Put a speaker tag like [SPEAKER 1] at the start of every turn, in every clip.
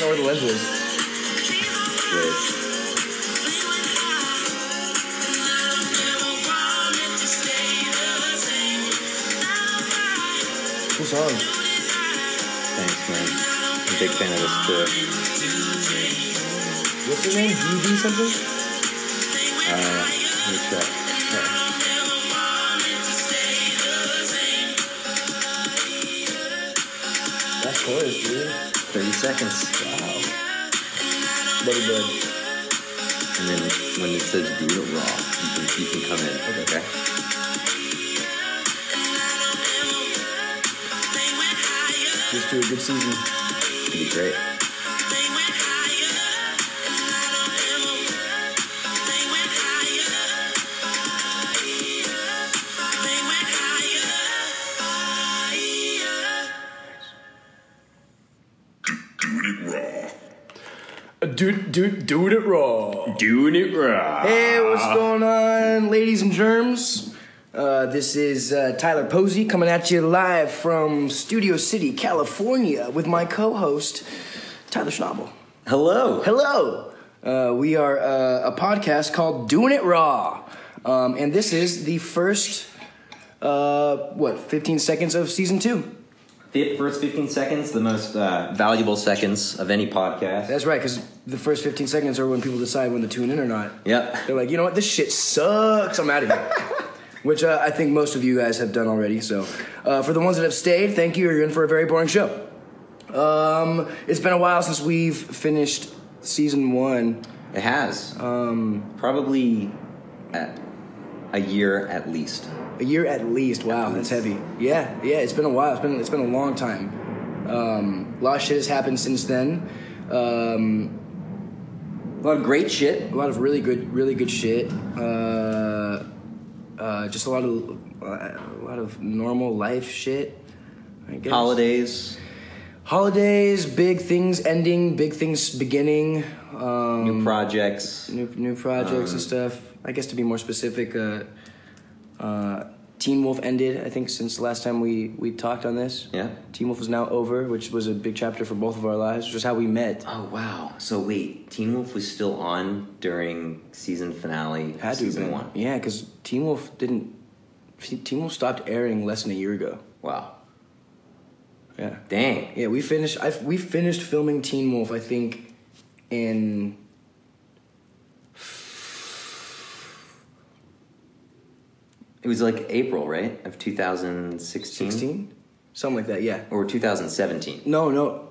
[SPEAKER 1] know where the lens is.
[SPEAKER 2] Wait.
[SPEAKER 1] Cool song.
[SPEAKER 2] Thanks, man. I'm a big fan of this too.
[SPEAKER 1] What's her name? DB something?
[SPEAKER 2] Uh, let me check.
[SPEAKER 1] That's hers, dude.
[SPEAKER 2] 30 seconds. Wow.
[SPEAKER 1] Love it, bud.
[SPEAKER 2] And then when it says do it raw, you can, you can come in. Okay.
[SPEAKER 1] Just do a good season.
[SPEAKER 2] It'd be great.
[SPEAKER 1] Dude, dude, doing it raw.
[SPEAKER 2] Doing it raw.
[SPEAKER 1] Hey, what's going on, ladies and germs? Uh, this is uh, Tyler Posey coming at you live from Studio City, California, with my co-host Tyler Schnabel.
[SPEAKER 2] Hello.
[SPEAKER 1] Hello. Uh, we are uh, a podcast called Doing It Raw, um, and this is the first uh, what 15 seconds of season two.
[SPEAKER 2] The first 15 seconds, the most uh, valuable seconds of any podcast.
[SPEAKER 1] That's right, because the first 15 seconds are when people decide when to tune in or not.
[SPEAKER 2] yep.
[SPEAKER 1] They're like, you know what, this shit sucks. I'm out of here. Which uh, I think most of you guys have done already. So, uh, for the ones that have stayed, thank you. You're in for a very boring show. Um, it's been a while since we've finished season one.
[SPEAKER 2] It has. Um, Probably at a year at least.
[SPEAKER 1] A year at least. Wow, that's heavy. Yeah, yeah. It's been a while. It's been it's been a long time. Um, a lot of shit has happened since then. Um,
[SPEAKER 2] A lot of great shit.
[SPEAKER 1] a lot of really good, really good shit. Uh, uh, just a lot of a lot of normal life shit. I guess.
[SPEAKER 2] Holidays,
[SPEAKER 1] Holidays, big things ending, big things beginning, um, mm.
[SPEAKER 2] new projects.
[SPEAKER 1] new new projects
[SPEAKER 2] Uh,
[SPEAKER 1] and stuff. I guess to be more specific, uh, uh, Teen Wolf ended. I think since the last time we we talked on this,
[SPEAKER 2] Yeah.
[SPEAKER 1] Teen Wolf is now over, which was a big chapter for both of our lives, which is how we met.
[SPEAKER 2] Oh wow! So wait, Teen Wolf was still on during season finale, of
[SPEAKER 1] Had to have
[SPEAKER 2] season
[SPEAKER 1] been.
[SPEAKER 2] one.
[SPEAKER 1] Yeah, because Teen Wolf didn't. Teen Wolf stopped airing less than a year ago.
[SPEAKER 2] Wow,
[SPEAKER 1] Yeah.
[SPEAKER 2] dang!
[SPEAKER 1] Yeah, we finished. I we finished filming Teen Wolf. I think in
[SPEAKER 2] It was like April, right, of 2016
[SPEAKER 1] sixteen, something like that. Yeah.
[SPEAKER 2] or 2017.
[SPEAKER 1] No, no,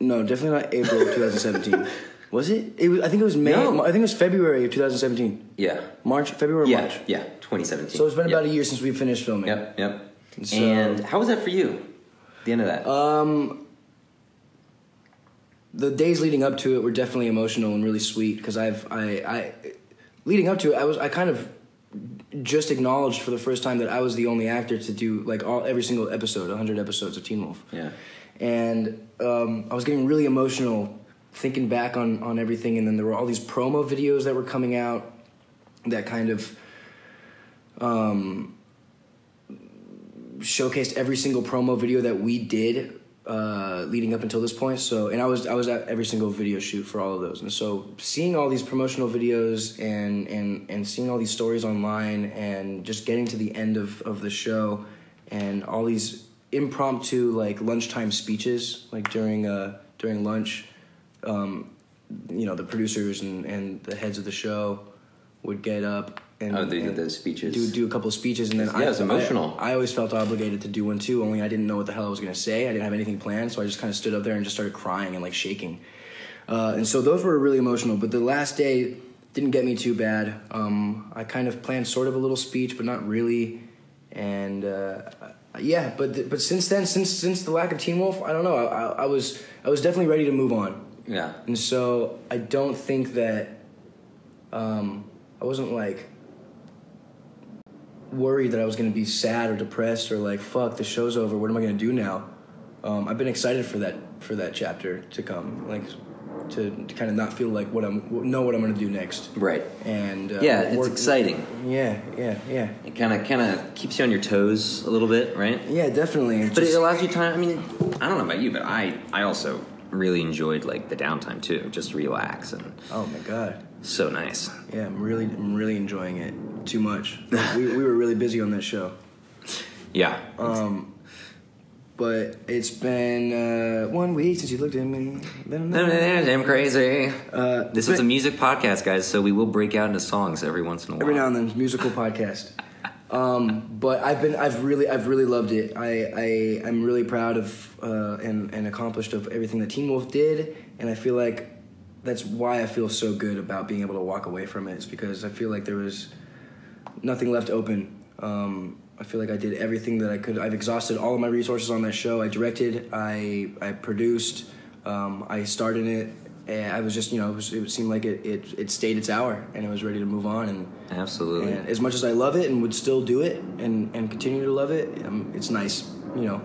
[SPEAKER 1] no. Definitely not April of 2017. Was it? It was. I think it was May.
[SPEAKER 2] No.
[SPEAKER 1] I think it was February of 2017.
[SPEAKER 2] Yeah,
[SPEAKER 1] March, February,
[SPEAKER 2] yeah,
[SPEAKER 1] March.
[SPEAKER 2] yeah. 2017.
[SPEAKER 1] So it's been about
[SPEAKER 2] Yep.
[SPEAKER 1] a year since we finished filming.
[SPEAKER 2] Yep, yep. Uh,
[SPEAKER 1] So-
[SPEAKER 2] and how was that for you? The end of that.
[SPEAKER 1] the days leading up to it were definitely emotional and really sweet because I've I, I leading up to it I was I kind of just acknowledged for the first time that I was the only actor to do like all every single episode 100 episodes of Teen Wolf
[SPEAKER 2] Yeah.
[SPEAKER 1] and um, I was getting really emotional thinking back on on everything and then there were all these promo videos that were coming out that kind of showcased every single promo video that we did uh, leading up until this point. So, and I was I was at every single video shoot for all of those. And so, seeing all these promotional videos and and and seeing all these stories online, and just getting to the end of of the show, and all these impromptu like lunchtime speeches, like during uh during lunch, um, you know, the producers and and the heads of the show would get up. And,
[SPEAKER 2] oh, they did
[SPEAKER 1] and-
[SPEAKER 2] those speeches.
[SPEAKER 1] do do a couple of speeches and then
[SPEAKER 2] Yeah,
[SPEAKER 1] I,
[SPEAKER 2] it's emotional.
[SPEAKER 1] I, I always felt obligated to do one too. Only I didn't know what the hell I was gonna say. I didn't have anything planned, so I just kind of stood up there and just started crying and like shaking. Uh, and so those were really emotional. But the last day didn't get me too bad. Um, I kind of planned sort of a little speech, but not really. And uh, yeah, but th- but since then, since since the lack of Teen Wolf, I don't know. I, I, I was I was definitely ready to move on.
[SPEAKER 2] yeah.
[SPEAKER 1] And so I don't think that um, I wasn't like worried that I was going to be sad or depressed or like fuck the show's over. What am I going to do now? Um, I've been excited for that for that chapter to come, like to, to kind of not feel like what I'm know what I'm going to do next.
[SPEAKER 2] Right.
[SPEAKER 1] And uh,
[SPEAKER 2] Yeah, it's
[SPEAKER 1] work-
[SPEAKER 2] exciting.
[SPEAKER 1] Yeah, yeah, yeah,
[SPEAKER 2] It kind of kind of keeps you on your toes a little bit, right?
[SPEAKER 1] yeah, definitely.
[SPEAKER 2] But it allows you time. I mean, I don't know about you, but I I also really enjoyed like the downtime too, just relax and
[SPEAKER 1] Oh my god.
[SPEAKER 2] so nice.
[SPEAKER 1] Yeah, I'm really I'm really enjoying it too much. we, we were really busy on that show.
[SPEAKER 2] Yeah,
[SPEAKER 1] Um, but it's been uh, one week since you looked at me. Then another.
[SPEAKER 2] I'm crazy.
[SPEAKER 1] Uh,
[SPEAKER 2] This is a music podcast, guys, so we will break out into songs every once in a while.
[SPEAKER 1] every now and then musical podcast. Um, but I've been I've really I've really loved it. I I am really proud of uh, and and accomplished of everything that Teen Wolf did, and I feel like that's why I feel so good about being able to walk away from it. Is because I feel like there was nothing left open. Um, I feel like I did everything that I could. I've exhausted all of my resources on that show. I directed, I I produced, um, I started it. And I was just, you know, it, was, it seemed like it, it, it stayed its hour and it was ready to move on. And
[SPEAKER 2] Absolutely.
[SPEAKER 1] and as much as I love it and would still do it and, and continue to love it, um, it's nice, you know,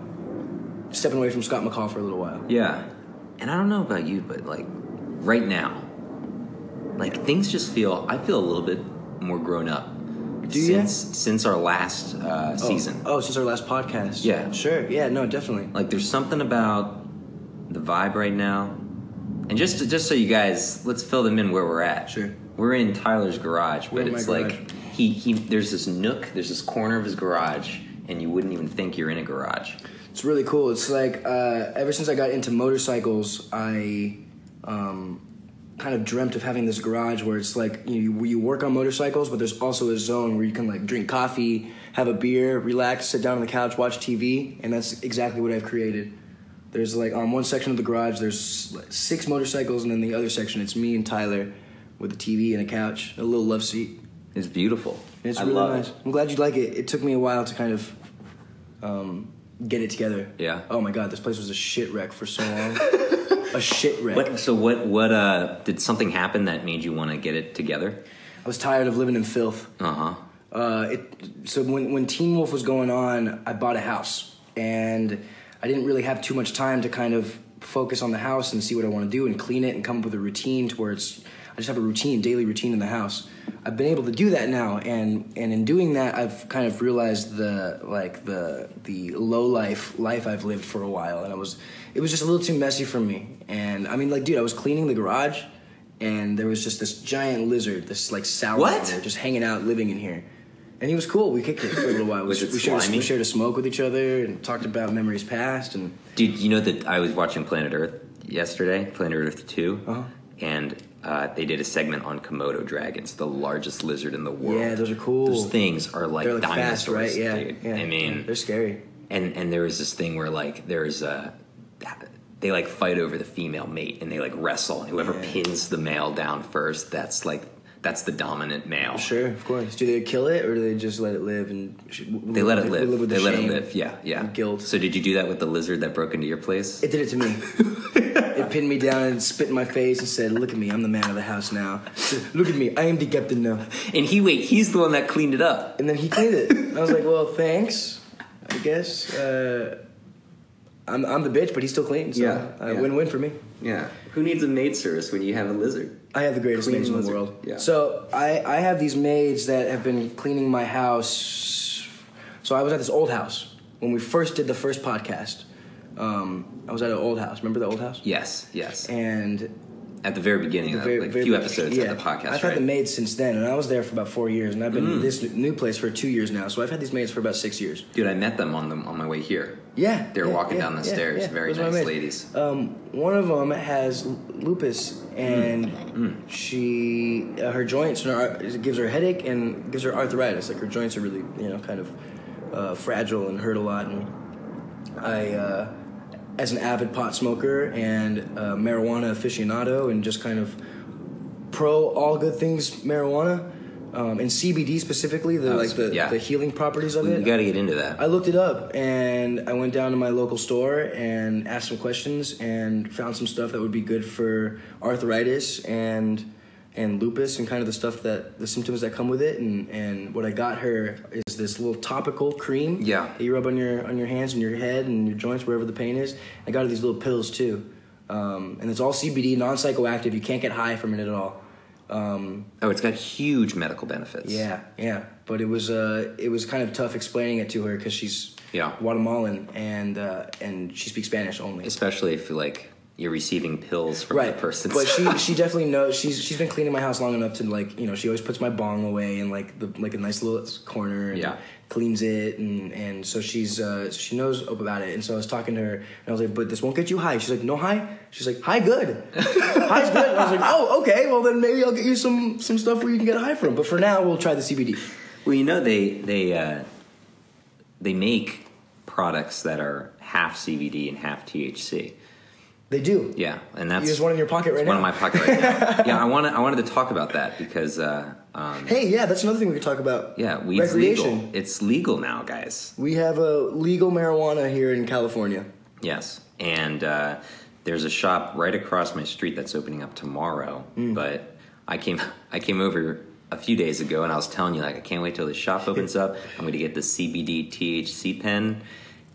[SPEAKER 1] stepping away from Scott McCall for a little while.
[SPEAKER 2] Yeah. And I don't know about you, but like right now, like things just feel I feel a little bit more grown up
[SPEAKER 1] Do ya?
[SPEAKER 2] since since our last uh, season.
[SPEAKER 1] Oh, since our last podcast.
[SPEAKER 2] Yeah.
[SPEAKER 1] Sure. Yeah, no, definitely.
[SPEAKER 2] Like there's something about the vibe right now. And just to, just so you guys, let's fill them in where we're at.
[SPEAKER 1] Sure.
[SPEAKER 2] We're in Tyler's garage,
[SPEAKER 1] We're
[SPEAKER 2] but
[SPEAKER 1] in my
[SPEAKER 2] it's
[SPEAKER 1] garage.
[SPEAKER 2] like he he there's this nook, there's this corner of his garage, and you wouldn't even think you're in a garage.
[SPEAKER 1] It's really cool. It's like uh, ever since I got into motorcycles, I um, kind of dreamt of having this garage where it's like you know, you work on motorcycles, but there's also a zone where you can like drink coffee, have a beer, relax, sit down on the couch, watch TV, and that's exactly what I've created. There's like on one section of the garage, there's like, six motorcycles, and then the other section, it's me and Tyler with a TV and a couch, a little love seat.
[SPEAKER 2] It's beautiful.
[SPEAKER 1] It's
[SPEAKER 2] I
[SPEAKER 1] really
[SPEAKER 2] love
[SPEAKER 1] nice.
[SPEAKER 2] it.
[SPEAKER 1] I'm glad you like it. It took me a while to kind of um, get it together.
[SPEAKER 2] Yeah.
[SPEAKER 1] Oh my god, this place was a shit wreck for so long. a shit wreck.
[SPEAKER 2] What, so what? What? Uh, did something happen that made you want to get it together?
[SPEAKER 1] I was tired of living in filth.
[SPEAKER 2] Uh huh.
[SPEAKER 1] Uh, it, so when when Teen Wolf was going on, I bought a house, and I didn't really have too much time to kind of focus on the house and see what I want to do and clean it and come up with a routine to where it's. I just have a routine, daily routine in the house. I've been able to do that now, and and in doing that, I've kind of realized the like the the low life life I've lived for a while, and I was it was just a little too messy for me. And I mean, like, dude, I was cleaning the garage, and there was just this giant lizard, this like sour
[SPEAKER 2] What?
[SPEAKER 1] lizard, just hanging out, living in here. And he was cool. We kicked it for a little while. We,
[SPEAKER 2] Was it
[SPEAKER 1] we, shared a,
[SPEAKER 2] slimy?
[SPEAKER 1] we shared a smoke with each other and talked about memories past. And
[SPEAKER 2] Dude, you know that I was watching Planet Earth yesterday, Planet Earth 2
[SPEAKER 1] Uh-huh.
[SPEAKER 2] and uh, they did a segment on Komodo dragons, the largest lizard in the world.
[SPEAKER 1] Yeah, those are cool.
[SPEAKER 2] Those things are like,
[SPEAKER 1] they're like fast,
[SPEAKER 2] dinosaurs,
[SPEAKER 1] right? Yeah,
[SPEAKER 2] dude.
[SPEAKER 1] yeah.
[SPEAKER 2] I mean,
[SPEAKER 1] they're scary.
[SPEAKER 2] and and there was this thing where like there's a they like fight over the female mate and they like wrestle and whoever
[SPEAKER 1] Yeah.
[SPEAKER 2] pins the male down first that's like that's the dominant male
[SPEAKER 1] Sure, of course. Do they kill it or do they just let it live and sh-
[SPEAKER 2] They let it
[SPEAKER 1] we
[SPEAKER 2] live.
[SPEAKER 1] with the
[SPEAKER 2] they let
[SPEAKER 1] shame?
[SPEAKER 2] it live. Yeah, yeah.
[SPEAKER 1] and guilt.
[SPEAKER 2] So did you do that with the lizard that broke into your place?
[SPEAKER 1] It did it to me. it pinned me down and spit in my face and said, "Look at me. I'm the man of the house now. Look at me. I am the captain now."
[SPEAKER 2] and he wait, he's the one that cleaned it up.
[SPEAKER 1] And then he cleaned it. And I was like, "Well, thanks. I guess uh, I'm I'm the bitch, but he still cleaned. So
[SPEAKER 2] Yeah,
[SPEAKER 1] uh,
[SPEAKER 2] yeah.
[SPEAKER 1] win-win for me."
[SPEAKER 2] Yeah. Who needs a maid service when you have a lizard?
[SPEAKER 1] I have the greatest
[SPEAKER 2] Clean
[SPEAKER 1] maids in the
[SPEAKER 2] lizard,
[SPEAKER 1] world.
[SPEAKER 2] yeah.
[SPEAKER 1] So I, I have these maids that have been cleaning my house. So I was at this old house when we first did the first podcast. Um, I was at an old house. Remember the old house?
[SPEAKER 2] Yes, yes.
[SPEAKER 1] And
[SPEAKER 2] at the very beginning, of,
[SPEAKER 1] very-
[SPEAKER 2] Uh, like
[SPEAKER 1] very
[SPEAKER 2] a few
[SPEAKER 1] much-
[SPEAKER 2] episodes of the podcast,
[SPEAKER 1] I've
[SPEAKER 2] right? Mm.
[SPEAKER 1] had the maids since then, and I was there for about four years, and I've been in this new place for two years now. So I've had these maids for about six years.
[SPEAKER 2] Dude, I met them on the on my way here.
[SPEAKER 1] Yeah,
[SPEAKER 2] They were
[SPEAKER 1] yeah,
[SPEAKER 2] walking
[SPEAKER 1] yeah,
[SPEAKER 2] down the
[SPEAKER 1] yeah,
[SPEAKER 2] stairs.
[SPEAKER 1] yeah.
[SPEAKER 2] Very
[SPEAKER 1] Those are my
[SPEAKER 2] nice
[SPEAKER 1] mates.
[SPEAKER 2] ladies.
[SPEAKER 1] Um, one of them has l- lupus, and
[SPEAKER 2] Mm.
[SPEAKER 1] she uh, her joints and her, it gives her a headache and gives her arthritis. Like her joints are really you know kind of uh, fragile and hurt a lot. And I, uh, as an avid pot smoker and uh, marijuana aficionado, and just kind of pro all good things marijuana. Um, and CBD specifically, the
[SPEAKER 2] Oh,
[SPEAKER 1] like the,
[SPEAKER 2] yeah.
[SPEAKER 1] the healing properties of
[SPEAKER 2] We,
[SPEAKER 1] it.
[SPEAKER 2] got to get into that.
[SPEAKER 1] I looked it up and I went down to my local store and asked some questions and found some stuff that would be good for arthritis and and lupus and kind of the stuff that the symptoms that come with it and and what I got her is this little topical cream
[SPEAKER 2] Yeah.
[SPEAKER 1] that you rub on your on your hands and your head and your joints wherever the pain is. I got her these little pills too. Um, and it's all CBD, non psychoactive. You can't get high from it at all. Um,
[SPEAKER 2] oh, it's got huge medical benefits.
[SPEAKER 1] yeah, yeah. But it was uh, it was kind of tough explaining it to her because she's
[SPEAKER 2] Yeah.
[SPEAKER 1] Guatemalan and uh, and she speaks Spanish only.
[SPEAKER 2] Especially if like you're receiving pills from
[SPEAKER 1] right
[SPEAKER 2] that person.
[SPEAKER 1] But she she definitely knows. She's she's been cleaning my house long enough to like you know she always puts my bong away in like the like a nice little corner and
[SPEAKER 2] Yeah.
[SPEAKER 1] cleans it and and so she's uh, she knows about it. And so I was talking to her and I was like, but this won't get you high. She's like, no high. She's like, high good. High's good. And I was like, oh okay. Well then maybe I'll get you some some stuff where you can get high from. But for now we'll try the CBD.
[SPEAKER 2] well, you know they they uh, they make products that are half CBD and half THC.
[SPEAKER 1] They do.
[SPEAKER 2] Yeah, and that's
[SPEAKER 1] There's one in your pocket right
[SPEAKER 2] it's one
[SPEAKER 1] now.
[SPEAKER 2] in my pocket right now. yeah, I want I wanted to talk about that because uh, um,
[SPEAKER 1] hey, yeah, that's another thing we could talk about.
[SPEAKER 2] yeah, weed's
[SPEAKER 1] recreation.
[SPEAKER 2] legal. It's legal now, guys.
[SPEAKER 1] We have a legal marijuana here in California.
[SPEAKER 2] Yes, and uh, there's a shop right across my street that's opening up tomorrow. But I came I came over a few days ago, and I was telling you like I can't wait till the shop opens up. I'm going to get the CBD THC pen,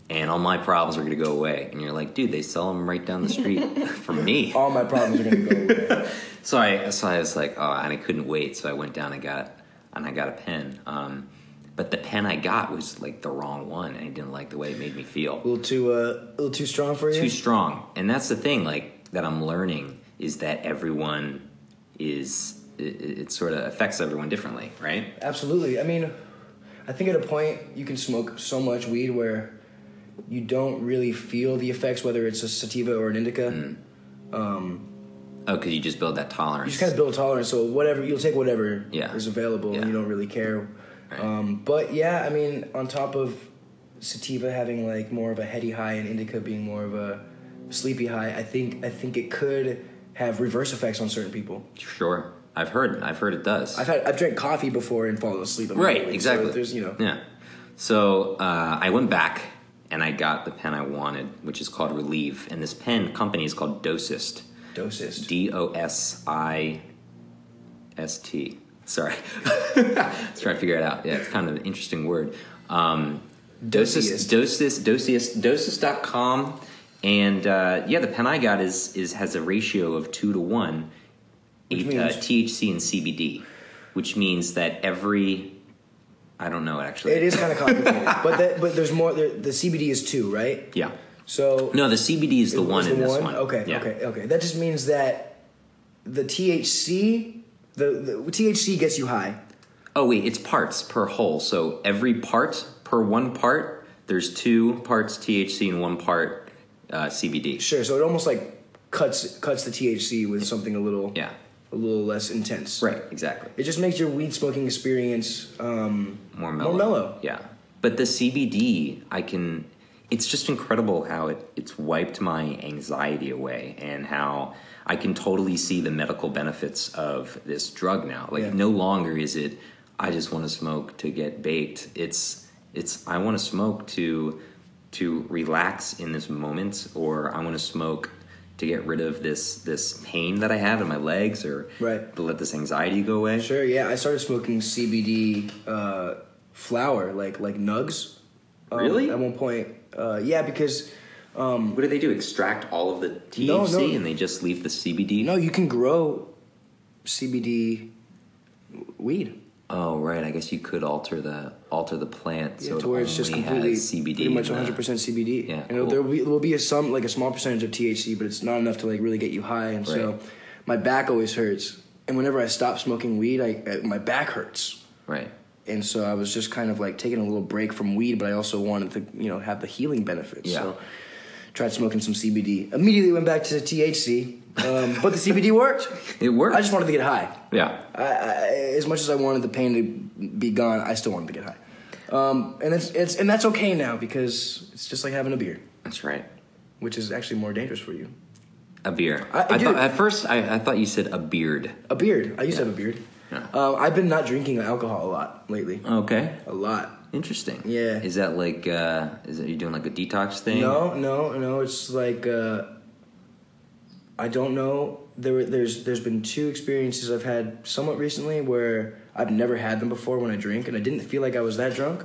[SPEAKER 2] and all my problems are going to go away. And you're like, dude, they sell them right down the street from me.
[SPEAKER 1] All my problems are gonna go away.
[SPEAKER 2] So I so I was like, oh, and I couldn't wait. So I went down and got and I got a pen. Um, but the pen I got was like the wrong one, and I didn't like the way it made me feel.
[SPEAKER 1] A little too, uh, a little too strong for you.
[SPEAKER 2] too strong and that's the thing like that i'm learning is that everyone is it, it sort of affects everyone differently right
[SPEAKER 1] Absolutely. I mean, I think at a point you can smoke so much weed where you don't really feel the effects, whether it's a sativa or an indica.
[SPEAKER 2] Mm. oh because you just build that
[SPEAKER 1] You
[SPEAKER 2] tolerance
[SPEAKER 1] just kind of build tolerance, so whatever you'll take whatever
[SPEAKER 2] Yeah.
[SPEAKER 1] is available,
[SPEAKER 2] Yeah.
[SPEAKER 1] and you don't really care.
[SPEAKER 2] Right.
[SPEAKER 1] Um, but yeah, I mean, on top of sativa having like more of a heady high and indica being more of a sleepy high, I think I think it could have reverse effects on certain people.
[SPEAKER 2] sure i've heard i've heard it does
[SPEAKER 1] I've had I've drank coffee before and fallen asleep.
[SPEAKER 2] right
[SPEAKER 1] immediately,
[SPEAKER 2] exactly
[SPEAKER 1] So there's you know.
[SPEAKER 2] yeah so uh, i went back and i got the pen i wanted which is called relieve and this pen company is called dosist
[SPEAKER 1] Dosist.
[SPEAKER 2] D O S I S T. Sorry. Let's try to figure it out. Yeah, it's kind of an interesting word. Um, Dosis, Dosis, Dosis, Dosis.com. And uh, yeah, the pen I got is, is has a ratio of two to one,
[SPEAKER 1] Which
[SPEAKER 2] uh,
[SPEAKER 1] means-
[SPEAKER 2] THC and CBD, which means that every, I don't know actually.
[SPEAKER 1] It is kind of complicated, but that, but there's more. There, the CBD is two, right?
[SPEAKER 2] Yeah.
[SPEAKER 1] So
[SPEAKER 2] No, the CBD is the one
[SPEAKER 1] is
[SPEAKER 2] in this one.
[SPEAKER 1] Okay,
[SPEAKER 2] Yeah.
[SPEAKER 1] okay, okay. That just means that the THC, the, the THC gets you high.
[SPEAKER 2] Oh wait, it's parts per whole. So every part per one part, there's two parts THC and one part uh, CBD.
[SPEAKER 1] Sure. So it almost like cuts cuts the THC with something a little
[SPEAKER 2] Yeah.
[SPEAKER 1] a little less intense.
[SPEAKER 2] Right. Exactly.
[SPEAKER 1] It just makes your weed smoking experience um,
[SPEAKER 2] More mellow.
[SPEAKER 1] More mellow.
[SPEAKER 2] Yeah. But the CBD, I can. It's just incredible how it, it's wiped my anxiety away and how I can totally see the medical benefits of this drug now. Like
[SPEAKER 1] Yeah.
[SPEAKER 2] no longer is it I just want to smoke to get baked. It's it's I want to smoke to to relax in this moment or I want to smoke to get rid of this this pain that I have in my legs or
[SPEAKER 1] Right.
[SPEAKER 2] to let this anxiety go away.
[SPEAKER 1] Sure. Yeah, I started smoking CBD uh, flower, like like nugs. Um,
[SPEAKER 2] Really?
[SPEAKER 1] At one point, uh, yeah, because
[SPEAKER 2] What do they do? Extract all of the THC
[SPEAKER 1] No, no.
[SPEAKER 2] and they just leave the CBD?
[SPEAKER 1] no, you can grow CBD weed
[SPEAKER 2] Oh, right. I guess you could alter the alter the plant so
[SPEAKER 1] yeah,
[SPEAKER 2] it
[SPEAKER 1] to where
[SPEAKER 2] only
[SPEAKER 1] it's just completely
[SPEAKER 2] has CBD.
[SPEAKER 1] pretty much
[SPEAKER 2] in the-
[SPEAKER 1] 100 percent CBD.
[SPEAKER 2] Yeah,
[SPEAKER 1] and it'll-
[SPEAKER 2] cool.
[SPEAKER 1] there will be, will be a some like a small percentage of THC, but it's not enough to like really get you high. And so,
[SPEAKER 2] Right.
[SPEAKER 1] my back always hurts, and whenever I stop smoking weed, I, I my back hurts.
[SPEAKER 2] Right.
[SPEAKER 1] and so I was just kind of like taking a little break from weed, but I also wanted to, you know, have the healing benefits.
[SPEAKER 2] Yeah.
[SPEAKER 1] So tried smoking some CBD. Immediately went back to THC, um, but the CBD worked.
[SPEAKER 2] It worked.
[SPEAKER 1] I just wanted to get high.
[SPEAKER 2] yeah.
[SPEAKER 1] I, I, as much as I wanted the pain to be gone, I still wanted to get high. Um, and it's, it's and that's okay now because it's just like having a beer,
[SPEAKER 2] That's right.
[SPEAKER 1] which is actually more dangerous for you.
[SPEAKER 2] A beer.
[SPEAKER 1] I- dude.
[SPEAKER 2] thought at first I, I thought you said a beard.
[SPEAKER 1] A beard. I used to have a beard.
[SPEAKER 2] Yeah.
[SPEAKER 1] Um, I've been not drinking alcohol a lot lately.
[SPEAKER 2] Okay.
[SPEAKER 1] A lot.
[SPEAKER 2] Interesting.
[SPEAKER 1] Yeah.
[SPEAKER 2] Is that like uh is it you doing like a detox thing?
[SPEAKER 1] No, no, no. It's like uh, I don't know. There, were- there's, there's been two experiences I've had somewhat recently where I've never had them before when I drink, and I didn't feel like I was that drunk,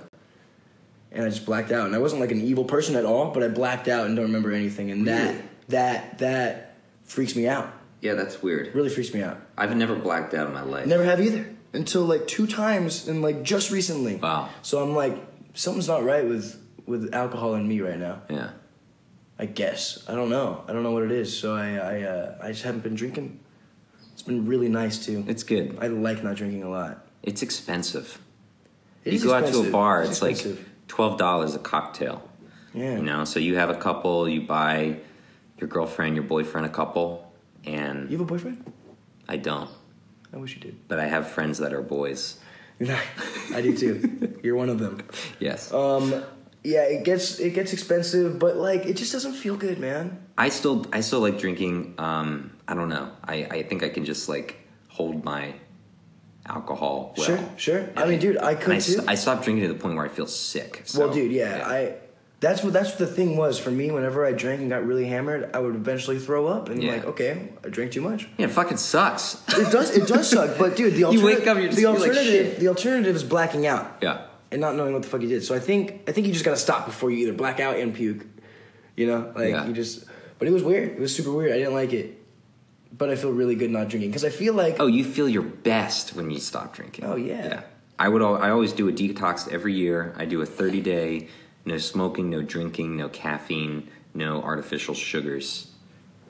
[SPEAKER 1] and I just blacked out. And I wasn't like an evil person at all, but I blacked out and don't remember anything. And that,
[SPEAKER 2] Weird.
[SPEAKER 1] that, that freaks me out.
[SPEAKER 2] Yeah, that's weird.
[SPEAKER 1] Really freaks me out.
[SPEAKER 2] I've never blacked out in my life.
[SPEAKER 1] Never have either until like two times and like just recently.
[SPEAKER 2] Wow.
[SPEAKER 1] So I'm like, something's not right with with alcohol in me right now.
[SPEAKER 2] Yeah.
[SPEAKER 1] I guess I don't know. I don't know what it is. So I I uh, I just haven't been drinking. It's been really nice too.
[SPEAKER 2] It's good.
[SPEAKER 1] I like not drinking a lot.
[SPEAKER 2] It's expensive.
[SPEAKER 1] It
[SPEAKER 2] you
[SPEAKER 1] is
[SPEAKER 2] go out to a
[SPEAKER 1] expensive.
[SPEAKER 2] bar, it's, like
[SPEAKER 1] expensive.
[SPEAKER 2] twelve dollars a cocktail.
[SPEAKER 1] yeah.
[SPEAKER 2] You know, so you have a couple, you buy your girlfriend, your boyfriend a couple, and
[SPEAKER 1] You have a boyfriend?
[SPEAKER 2] I don't.
[SPEAKER 1] I wish you did.
[SPEAKER 2] But I have friends that are boys.
[SPEAKER 1] I do too. You're one of them.
[SPEAKER 2] Yes.
[SPEAKER 1] Um, yeah, it gets it gets expensive, but like it just doesn't feel good, man.
[SPEAKER 2] I still I still like drinking. Um, I don't know. I, I think I can just like hold my alcohol. Well.
[SPEAKER 1] sure, sure. I
[SPEAKER 2] And
[SPEAKER 1] mean, dude, I
[SPEAKER 2] and
[SPEAKER 1] could
[SPEAKER 2] I,
[SPEAKER 1] too.
[SPEAKER 2] st- I stopped drinking to the point where I feel sick. so,
[SPEAKER 1] well, dude, yeah, I. That's what that's what the thing was for me. Whenever I drank and got really hammered, I would eventually throw up and
[SPEAKER 2] Yeah.
[SPEAKER 1] like, okay, I drank too much.
[SPEAKER 2] yeah, it fucking sucks.
[SPEAKER 1] It does it does suck, but dude, the
[SPEAKER 2] You
[SPEAKER 1] alternative
[SPEAKER 2] wake up, you're just
[SPEAKER 1] the
[SPEAKER 2] feel like
[SPEAKER 1] alternative
[SPEAKER 2] shit.
[SPEAKER 1] the alternative is blacking out
[SPEAKER 2] yeah,
[SPEAKER 1] and not knowing what the fuck you did. So I think I think you just gotta stop before you either black out and puke. You know, like
[SPEAKER 2] Yeah.
[SPEAKER 1] you just. But it was weird. It was super weird. I didn't like it, but I feel really good not drinking because I feel like
[SPEAKER 2] Oh, you feel your best when you stop drinking.
[SPEAKER 1] Oh, yeah.
[SPEAKER 2] I would. Al- I always do a detox every year. I do a thirty day, no smoking, no drinking, no caffeine, no artificial sugars,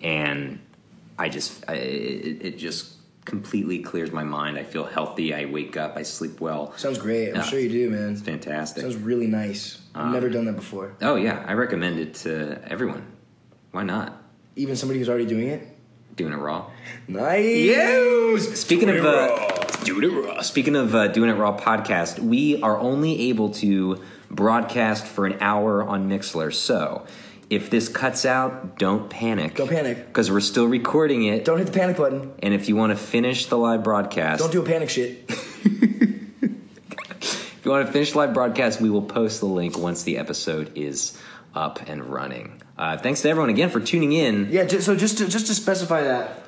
[SPEAKER 2] and I just I, it, it just completely clears my mind. I feel healthy. I wake up. I sleep well.
[SPEAKER 1] Sounds great. I'm
[SPEAKER 2] No.
[SPEAKER 1] sure you do, man.
[SPEAKER 2] It's fantastic.
[SPEAKER 1] Sounds really nice.
[SPEAKER 2] Um,
[SPEAKER 1] I've never done that before.
[SPEAKER 2] oh yeah, I recommend it to everyone. Why not?
[SPEAKER 1] Even somebody who's already doing it.
[SPEAKER 2] Doing it raw.
[SPEAKER 1] Nice.
[SPEAKER 2] Speaking of uh, Speaking of uh, doing it raw podcast, we are only able to broadcast for an hour on Mixler. So if this cuts out, don't panic.
[SPEAKER 1] Don't panic.
[SPEAKER 2] because we're still recording it.
[SPEAKER 1] Don't hit the panic button.
[SPEAKER 2] And if you want to finish the live broadcast,
[SPEAKER 1] Don't do a panic shit.
[SPEAKER 2] if you want to finish the live broadcast, we will post the link once the episode is up and running. Uh, thanks to everyone again for tuning in.
[SPEAKER 1] Yeah. Just, so just to, just to specify that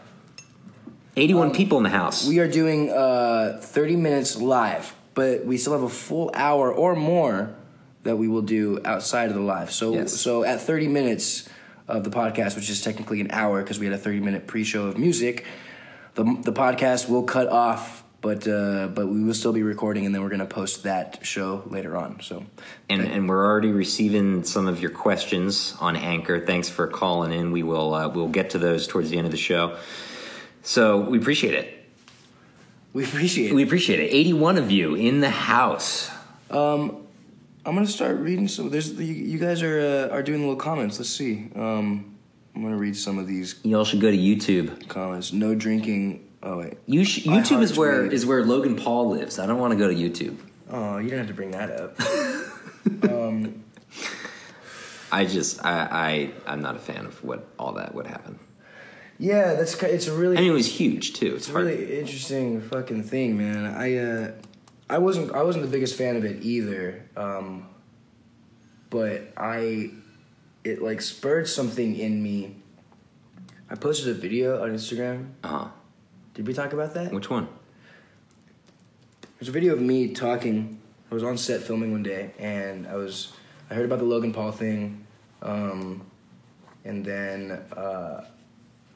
[SPEAKER 2] 81 people in the house.
[SPEAKER 1] we are doing uh, 30 minutes live, but we still have a full hour or more that we will do outside of the live. So
[SPEAKER 2] Yes.
[SPEAKER 1] so at 30 minutes of the podcast, which is technically an hour because we had a 30 minute pre-show of music, the the podcast will cut off. But uh, but we will still be recording, and then we're gonna post that show later on. So
[SPEAKER 2] And, and we're already receiving some of your questions on Anchor. Thanks for calling in. We will uh, we'll get to those towards the end of the show. So we appreciate it.
[SPEAKER 1] we appreciate it.
[SPEAKER 2] We appreciate it. Eighty one of you in the house.
[SPEAKER 1] I'm gonna start reading some. There's you, you guys are uh, are doing little comments. Let's see. Um, I'm gonna read some of these
[SPEAKER 2] Y'all should go to YouTube.
[SPEAKER 1] comments. No drinking. Oh wait.
[SPEAKER 2] You sh-
[SPEAKER 1] I
[SPEAKER 2] YouTube is
[SPEAKER 1] heart
[SPEAKER 2] where
[SPEAKER 1] weed.
[SPEAKER 2] is where Logan Paul lives. I don't want to go to YouTube.
[SPEAKER 1] Oh, you didn't have to bring that up.
[SPEAKER 2] I just I, I I'm not a fan of what all that would happen.
[SPEAKER 1] yeah, that's ki- it's a really
[SPEAKER 2] And it was huge too. It's
[SPEAKER 1] it's a
[SPEAKER 2] hard.
[SPEAKER 1] really interesting fucking thing, man. I uh, I wasn't I wasn't the biggest fan of it either. Um, but I it like spurred something in me. I posted a video on Instagram.
[SPEAKER 2] Uh-huh.
[SPEAKER 1] Did we talk about that?
[SPEAKER 2] Which one?
[SPEAKER 1] There's a video of me talking. I was on set filming one day, and I was I heard about the Logan Paul thing, um, and then uh,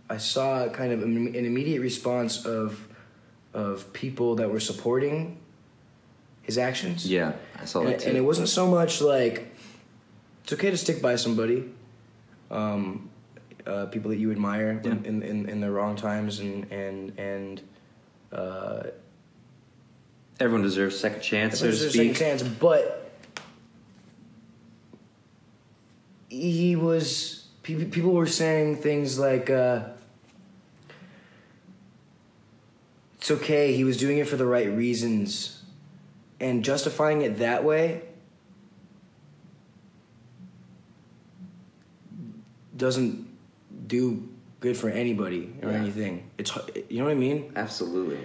[SPEAKER 1] I saw kind of an an immediate response of of people that were supporting his actions.
[SPEAKER 2] Yeah, I saw
[SPEAKER 1] And
[SPEAKER 2] that
[SPEAKER 1] it,
[SPEAKER 2] too.
[SPEAKER 1] and it wasn't so much like it's okay to stick by somebody, um, uh, people that you admire
[SPEAKER 2] Yeah.
[SPEAKER 1] in, in in the wrong times, and and and. Uh,
[SPEAKER 2] Everyone deserves a second chance, so to
[SPEAKER 1] There's a
[SPEAKER 2] speak.
[SPEAKER 1] Second chance, but he was. pe- People were saying things like, uh, "It's okay. He was doing it for the right reasons," and justifying it that way doesn't do good for anybody or
[SPEAKER 2] Yeah.
[SPEAKER 1] anything. It's h- you know what I mean.
[SPEAKER 2] Absolutely.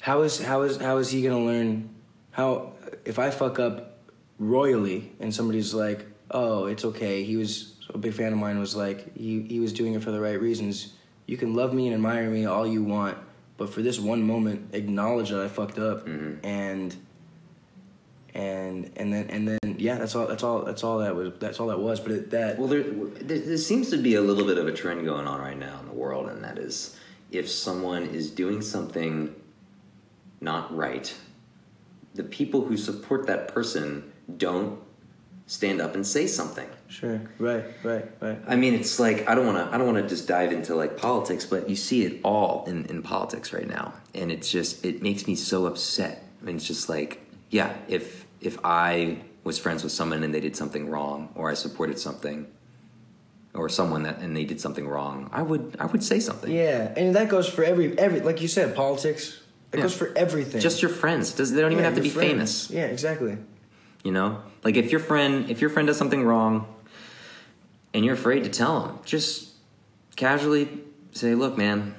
[SPEAKER 1] How is how is how is he gonna learn? How if I fuck up royally and somebody's like, "Oh, it's okay," he was a big fan of mine. Was like, he he was doing it for the right reasons. You can love me and admire me all you want, but for this one moment, acknowledge that I fucked up
[SPEAKER 3] Mm-hmm.
[SPEAKER 1] and and and then and then yeah, that's all that's all that's all that was that's all that was. But it, that
[SPEAKER 2] Well, there, there, there seems to be a little bit of a trend going on right now in the world, and that is if someone is doing something not right, the people who support that person don't
[SPEAKER 3] stand up and say something.
[SPEAKER 1] Sure. Right. Right. Right.
[SPEAKER 3] I mean, it's like I don't want to. I don't want to just dive into like politics, but you see it all in in politics right now, and it's just it makes me so upset. I mean, it's just like yeah, if if I was friends with someone and they did something wrong, or I supported something, or someone that and they did something wrong, I would I would say something.
[SPEAKER 1] Yeah, and that goes for every every like you said politics. It
[SPEAKER 3] Yeah.
[SPEAKER 1] goes for everything.
[SPEAKER 3] Just your friends. Does they don't even
[SPEAKER 1] Yeah,
[SPEAKER 3] have to
[SPEAKER 1] your
[SPEAKER 3] be
[SPEAKER 1] friends.
[SPEAKER 3] famous.
[SPEAKER 1] Yeah. Exactly.
[SPEAKER 3] You know, like if your friend if your friend does something wrong, and you're afraid to tell him, just casually say, "Look, man,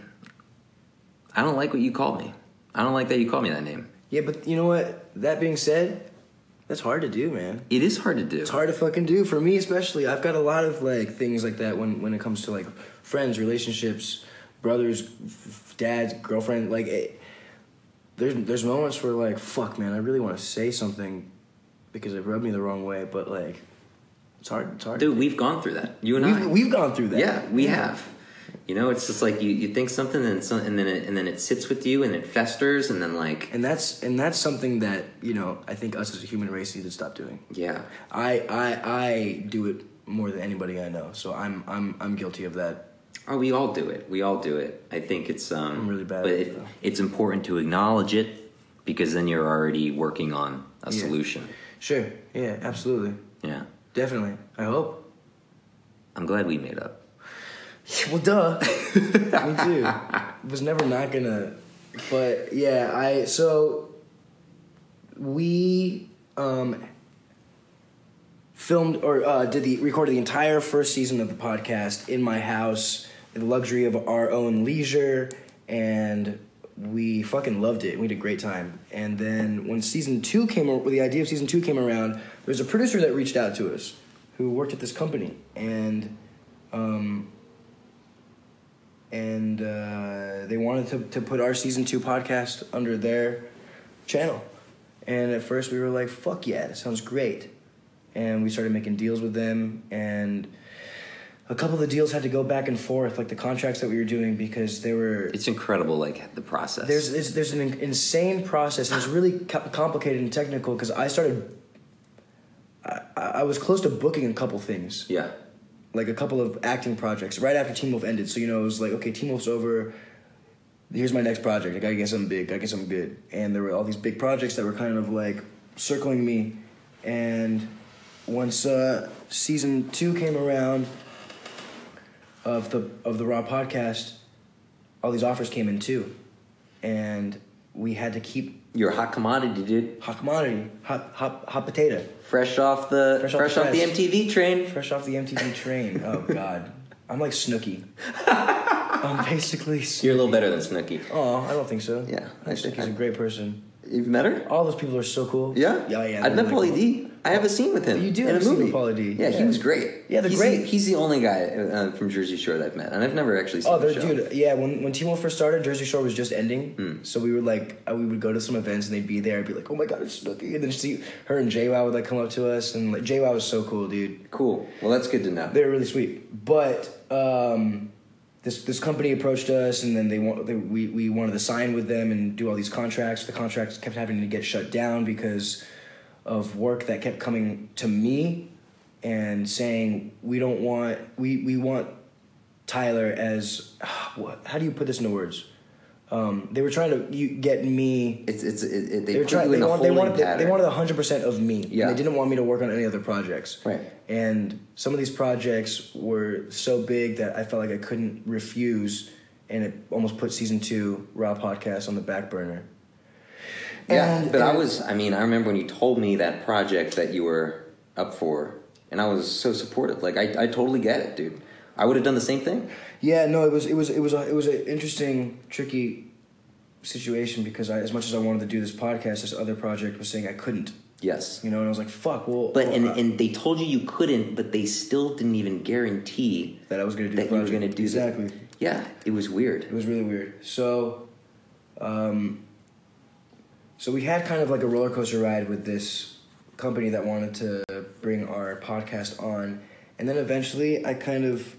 [SPEAKER 3] I don't like what you called me. I don't like that you called me that name.
[SPEAKER 1] Yeah, but you know what? That being said, that's hard to do, man.
[SPEAKER 3] It is hard to do.
[SPEAKER 1] It's hard to fucking do for me, especially. I've got a lot of like things like that when when it comes to like friends, relationships, brothers, f- f- dads, girlfriend. Like, it, there's there's moments where like, fuck, man, I really want to say something because it rubbed me the wrong way, but like, it's hard. It's hard.
[SPEAKER 3] Dude, we've gone through that. You and I.
[SPEAKER 1] we've, we've gone through that.
[SPEAKER 3] Yeah, we have. You know, it's just like you, you think something and some, and then it, and then it sits with you and it festers and then like
[SPEAKER 1] And that's and that's something that you know I think us as a human race need to stop doing.
[SPEAKER 3] yeah.
[SPEAKER 1] I I I do it more than anybody I know, so I'm I'm I'm guilty of that
[SPEAKER 3] Oh, we all do it. We all do it. I think it's um
[SPEAKER 1] I'm really bad
[SPEAKER 3] but
[SPEAKER 1] at it,
[SPEAKER 3] it-
[SPEAKER 1] though.
[SPEAKER 3] it's important to acknowledge it because then you're already working on a
[SPEAKER 1] Yeah.
[SPEAKER 3] solution.
[SPEAKER 1] Sure. Yeah. Absolutely.
[SPEAKER 3] Yeah.
[SPEAKER 1] Definitely. I hope.
[SPEAKER 3] I'm glad we made up.
[SPEAKER 1] Well, duh. Me too. Was never not gonna. But yeah, I so we um filmed or uh, did the recorded the entire first season of the podcast in my house, the luxury of our own leisure, and we fucking loved it. We had a great time. And then when season two came, ar- the idea of season two came around, there was a producer that reached out to us who worked at this company, and um, and uh, they wanted to, to put our season two podcast under their channel. And at first we were like, fuck yeah, that sounds great. And we started making deals with them, and a couple of the deals had to go back and forth, like the contracts that we were doing, because they were.
[SPEAKER 3] It's incredible like the process.
[SPEAKER 1] There's, there's, there's an in- insane process, and it's really co- complicated and technical because I started. I, I I was close to booking a couple things
[SPEAKER 3] yeah.
[SPEAKER 1] like a couple of acting projects right after Teen Wolf ended. So you know, it was like, okay, Teen Wolf's over. Here's my next project. I gotta get something big. I gotta get something good. And there were all these big projects that were kind of like circling me. And once uh, season two came around of the of the Raw podcast, all these offers came in too, and we had to keep
[SPEAKER 3] You're a hot commodity, dude.
[SPEAKER 1] hot commodity, hot hot hot potato.
[SPEAKER 3] Fresh off the
[SPEAKER 1] Fresh
[SPEAKER 3] fresh,
[SPEAKER 1] off the
[SPEAKER 3] off, the
[SPEAKER 1] press.
[SPEAKER 3] MTV train.
[SPEAKER 1] Fresh off the MTV train. Oh God, I'm like Snooki. I'm basically.
[SPEAKER 3] You're a little better than Snooki.
[SPEAKER 1] Oh, I don't think so.
[SPEAKER 2] Yeah,
[SPEAKER 1] I
[SPEAKER 2] I
[SPEAKER 1] think
[SPEAKER 2] think
[SPEAKER 1] he's a
[SPEAKER 2] I-
[SPEAKER 1] great person.
[SPEAKER 2] You've met her?
[SPEAKER 1] All those people are so cool.
[SPEAKER 2] Yeah,
[SPEAKER 1] yeah, yeah.
[SPEAKER 2] I've
[SPEAKER 1] they're
[SPEAKER 2] met
[SPEAKER 1] really
[SPEAKER 2] Pauly
[SPEAKER 1] cool.
[SPEAKER 2] D. I have a scene with him.
[SPEAKER 1] You do
[SPEAKER 2] in
[SPEAKER 1] have
[SPEAKER 2] a
[SPEAKER 1] a scene with
[SPEAKER 2] movie.
[SPEAKER 1] Pauly D.
[SPEAKER 2] Yeah, he
[SPEAKER 1] Yeah.
[SPEAKER 2] was great.
[SPEAKER 1] Yeah, they're
[SPEAKER 2] he's
[SPEAKER 1] great.
[SPEAKER 2] The, he's the only guy uh, from Jersey Shore that I've met, and I've never actually seen.
[SPEAKER 1] Oh,
[SPEAKER 2] the
[SPEAKER 1] they're
[SPEAKER 2] show. Hmm.
[SPEAKER 1] dude. Yeah, when when Team Wolf first started, Jersey Shore was just ending. So we were like, uh, we would go to some events and they'd be there. I'd be like, oh my god, it's Snooki, and then see her and JWoww would like come up to us, and like, JWoww was so cool, dude.
[SPEAKER 2] Cool. Well, that's good to know.
[SPEAKER 1] they were really sweet. But um, this this company approached us, and then they, want, they we we wanted to sign with them and do all these contracts. The contracts kept having to get shut down because of work that kept coming to me and saying we don't want we we want Tyler as what? How do you put this into words? Um, they were trying to you, get me.
[SPEAKER 2] It's it's it, it, they,
[SPEAKER 1] They were
[SPEAKER 2] put
[SPEAKER 1] trying.
[SPEAKER 2] you in
[SPEAKER 1] They,
[SPEAKER 2] a
[SPEAKER 1] want, they
[SPEAKER 2] holding
[SPEAKER 1] wanted. They, they
[SPEAKER 2] pattern.
[SPEAKER 1] wanted hundred percent of me.
[SPEAKER 2] Yeah.
[SPEAKER 1] And they didn't want me to work on any other projects.
[SPEAKER 2] Right.
[SPEAKER 1] And some of these projects were so big that I felt like I couldn't refuse, and it almost put season two Raw podcast on the back burner.
[SPEAKER 2] yeah,
[SPEAKER 1] And-
[SPEAKER 2] but I
[SPEAKER 1] and-
[SPEAKER 2] was. I mean, I remember when you told me that project that you were up for, and I was so supportive. Like, I I totally get it, dude. I would have done the same thing.
[SPEAKER 1] Yeah, no, it was it was it was a, it was an interesting, tricky situation because I, as much as I wanted to do this podcast, this other project was saying I couldn't.
[SPEAKER 2] Yes.
[SPEAKER 1] You know, uh, and I was like, "Fuck." Well,
[SPEAKER 2] But
[SPEAKER 1] well,
[SPEAKER 2] and,
[SPEAKER 1] I-
[SPEAKER 2] and they told you you couldn't, but they still didn't even guarantee
[SPEAKER 1] that I was going to do
[SPEAKER 2] that
[SPEAKER 1] the
[SPEAKER 2] you were going
[SPEAKER 1] project.
[SPEAKER 2] to do that.
[SPEAKER 1] exactly.
[SPEAKER 2] Yeah, it was weird.
[SPEAKER 1] It was really weird. So, um, so we had kind of like a roller coaster ride with this company that wanted to bring our podcast on, and then eventually I kind of,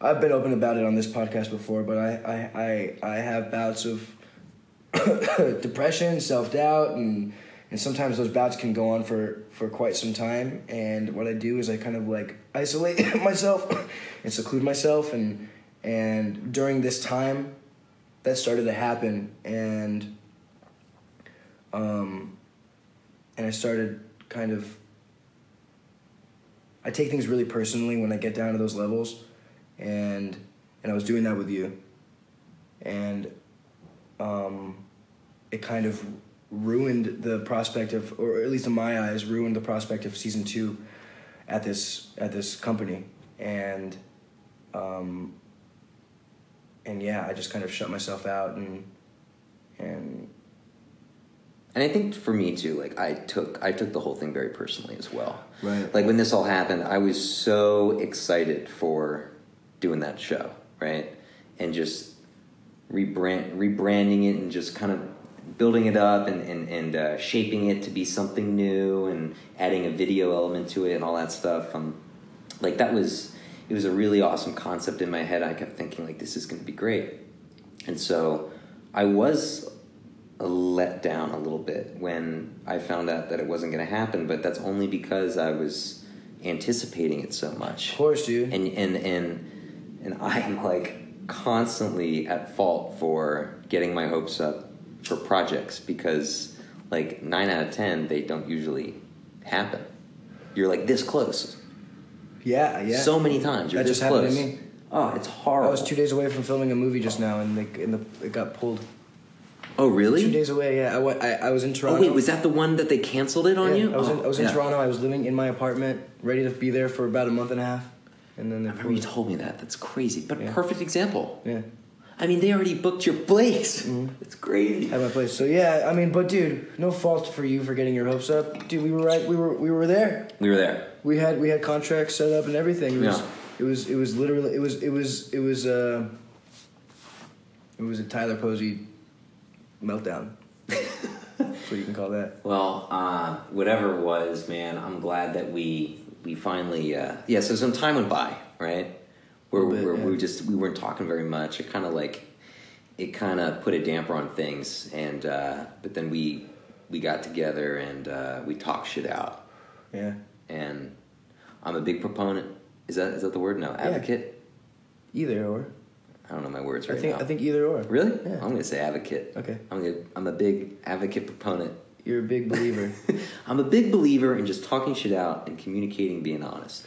[SPEAKER 1] I've been open about it on this podcast before, but I I I, I have bouts of depression, self doubt, and and sometimes those bouts can go on for for quite some time. And what I do is I kind of like isolate myself and seclude myself, and and during this time, that started to happen, and um, and I started kind of. I take things really personally when I get down to those levels, and and I was doing that with you, and um, it kind of ruined the prospect of, or at least in my eyes, ruined the prospect of season two at this at this company, and um, and yeah, I just kind of shut myself out and and
[SPEAKER 2] And I think for me too, like I took I took the whole thing very personally as well.
[SPEAKER 1] Right.
[SPEAKER 2] Like when this all happened, I was so excited for doing that show, right? And just rebrand rebranding it and just kind of building it up and and, and uh, shaping it to be something new and adding a video element to it and all that stuff. Um, like that was it was a really awesome concept in my head. I kept thinking like this is going to be great, and so I was a let down a little bit when I found out that it wasn't going to happen, but that's only because I was anticipating it so much.
[SPEAKER 1] of course, dude.
[SPEAKER 2] And and and and I'm like constantly at fault for getting my hopes up for projects because like 9 out of 10 they don't usually happen. You're like this close.
[SPEAKER 1] yeah, yeah.
[SPEAKER 2] So many times you're
[SPEAKER 1] That
[SPEAKER 2] this
[SPEAKER 1] just happened to
[SPEAKER 2] close.
[SPEAKER 1] me.
[SPEAKER 2] Oh, it's horrible.
[SPEAKER 1] I was two days away from filming a movie just now, and they, and the, it got pulled.
[SPEAKER 2] oh, really?
[SPEAKER 1] Two days away. Yeah, I went. I, I was in Toronto.
[SPEAKER 2] Oh wait, was that the one that they canceled it on
[SPEAKER 1] Yeah,
[SPEAKER 2] you?
[SPEAKER 1] I was in,
[SPEAKER 2] Oh,
[SPEAKER 1] I was in
[SPEAKER 2] yeah.
[SPEAKER 1] Toronto. I was living in my apartment, ready to be there for about a month and a half, and then they
[SPEAKER 2] I remember you
[SPEAKER 1] pulled-
[SPEAKER 2] told me that. That's crazy. But
[SPEAKER 1] Yeah.
[SPEAKER 2] perfect example.
[SPEAKER 1] yeah, Mm-hmm.
[SPEAKER 2] I mean, they already booked your place. It's crazy.
[SPEAKER 1] at my place. So yeah, I mean, but dude, no fault for you for getting your hopes up, dude. We were right. We were we were there.
[SPEAKER 2] We were there.
[SPEAKER 1] We had we had contracts set up and everything. It was
[SPEAKER 2] Yeah.
[SPEAKER 1] it was it was literally it was it was it was uh it was a Tyler Posey meltdown. That's what you can call that.
[SPEAKER 2] Well, uh, whatever it was, man, I'm glad that we we finally uh, yeah. So some time went by, right? Where,
[SPEAKER 1] Little bit,
[SPEAKER 2] where
[SPEAKER 1] yeah.
[SPEAKER 2] we just we weren't talking very much. It kind of like it kind of put a damper on things, and uh, but then we we got together and uh, we talked shit out.
[SPEAKER 1] Yeah.
[SPEAKER 2] And I'm a big proponent. Is that is that the word? No, advocate.
[SPEAKER 1] Either or.
[SPEAKER 2] I don't know my words
[SPEAKER 1] I
[SPEAKER 2] right
[SPEAKER 1] think
[SPEAKER 2] now.
[SPEAKER 1] I think either or.
[SPEAKER 2] Really?
[SPEAKER 1] Yeah.
[SPEAKER 2] I'm gonna say advocate.
[SPEAKER 1] Okay.
[SPEAKER 2] I'm gonna, I'm a big advocate proponent.
[SPEAKER 1] You're a big believer.
[SPEAKER 2] I'm a big believer in just talking shit out and communicating, being honest.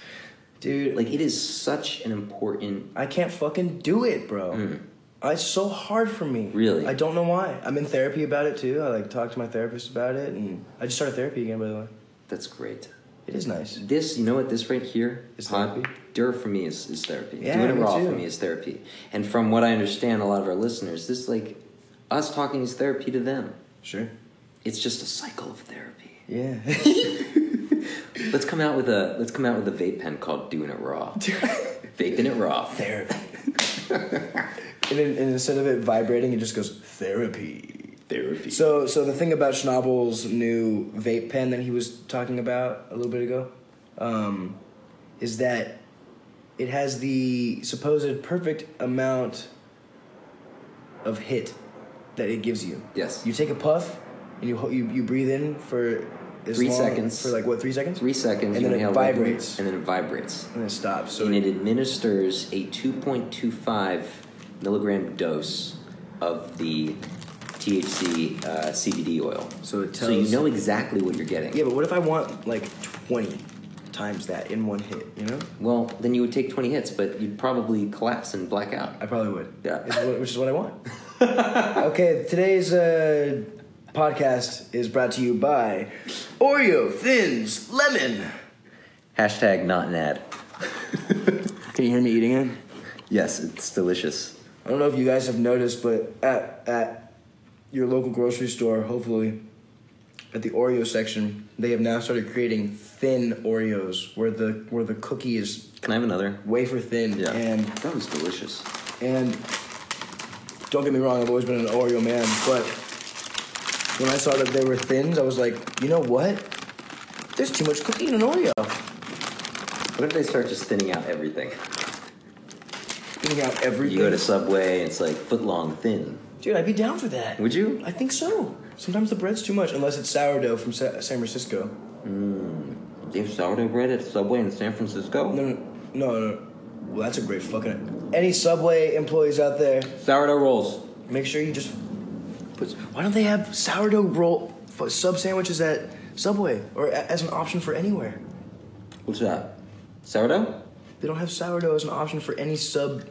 [SPEAKER 1] Dude,
[SPEAKER 2] Like it is such an important.
[SPEAKER 1] I can't fucking do it, bro. It's so hard for me.
[SPEAKER 2] Really?
[SPEAKER 1] I don't know why. I'm in therapy about it too. I like talk to my therapist about it, and I just started therapy again. By the way,
[SPEAKER 2] That's great.
[SPEAKER 1] it is nice.
[SPEAKER 2] This, you know what? This right here
[SPEAKER 1] Is
[SPEAKER 2] pod-
[SPEAKER 1] therapy?
[SPEAKER 2] Dur for me is, is therapy.
[SPEAKER 1] Yeah,
[SPEAKER 2] Doing it
[SPEAKER 1] me
[SPEAKER 2] raw
[SPEAKER 1] too.
[SPEAKER 2] for me is therapy. And from what I understand, a lot of our listeners, this like us talking is therapy to them.
[SPEAKER 1] Sure.
[SPEAKER 2] It's just a cycle of therapy.
[SPEAKER 1] Yeah.
[SPEAKER 2] Let's come out with a let's come out with a vape pen called "Doing It Raw." Vaping it raw.
[SPEAKER 1] therapy. and, then, and instead of it vibrating, it just goes therapy.
[SPEAKER 2] Therapy.
[SPEAKER 1] So, so the thing about Schnabel's new vape pen that he was talking about a little bit ago, um, is that it has the supposed perfect amount of hit that it gives you.
[SPEAKER 2] Yes.
[SPEAKER 1] You take a puff, and you ho- you, you breathe in for as
[SPEAKER 2] Three
[SPEAKER 1] long-
[SPEAKER 2] seconds.
[SPEAKER 1] for like what three seconds?
[SPEAKER 2] Three seconds,
[SPEAKER 1] And
[SPEAKER 2] you
[SPEAKER 1] then it
[SPEAKER 2] inhale one breath,
[SPEAKER 1] vibrates.
[SPEAKER 2] and then it vibrates.
[SPEAKER 1] and it stops. So
[SPEAKER 2] and it administers a 2.25 milligram dose of the THC uh, CBD oil.
[SPEAKER 1] So it
[SPEAKER 2] so you
[SPEAKER 1] tells-
[SPEAKER 2] know exactly what you're getting.
[SPEAKER 1] Yeah, but what if I want like 20 times that in one hit, you know?
[SPEAKER 2] Well, then you would take 20 hits, but you'd probably collapse and black out.
[SPEAKER 1] I probably would.
[SPEAKER 2] Yeah.
[SPEAKER 1] Is what- Which is what I want. okay, today's uh, podcast is brought to you by Oreo Thins Lemon.
[SPEAKER 2] Hashtag not an ad.
[SPEAKER 1] Can you hear me eating it?
[SPEAKER 2] Yes, it's delicious.
[SPEAKER 1] I don't know if you guys have noticed, but at, at your local grocery store, hopefully, at the Oreo section, they have now started creating thin Oreos where the where the cookie is
[SPEAKER 2] Can I have another?
[SPEAKER 1] wafer thin and
[SPEAKER 2] that was delicious.
[SPEAKER 1] And don't get me wrong, I've always been an Oreo man, but when I saw that they were thins, I was like, you know what? There's too much cookie in an Oreo.
[SPEAKER 2] What if they start just thinning out everything?
[SPEAKER 1] Eating out everything.
[SPEAKER 2] You go to Subway, it's like foot long thin.
[SPEAKER 1] Dude, I'd be down for that.
[SPEAKER 2] Would you?
[SPEAKER 1] I think so. Sometimes the bread's too much, unless it's sourdough from Sa- San Francisco.
[SPEAKER 2] They have sourdough bread at Subway in San Francisco.
[SPEAKER 1] No, no, no, no. Well, that's a great fucking. Any Subway employees out there,
[SPEAKER 2] Sourdough rolls.
[SPEAKER 1] make sure you just. Put, why don't they have sourdough roll f- sub sandwiches at Subway or a- as an option for anywhere?
[SPEAKER 2] What's that? Sourdough?
[SPEAKER 1] They don't have sourdough as an option for any sub.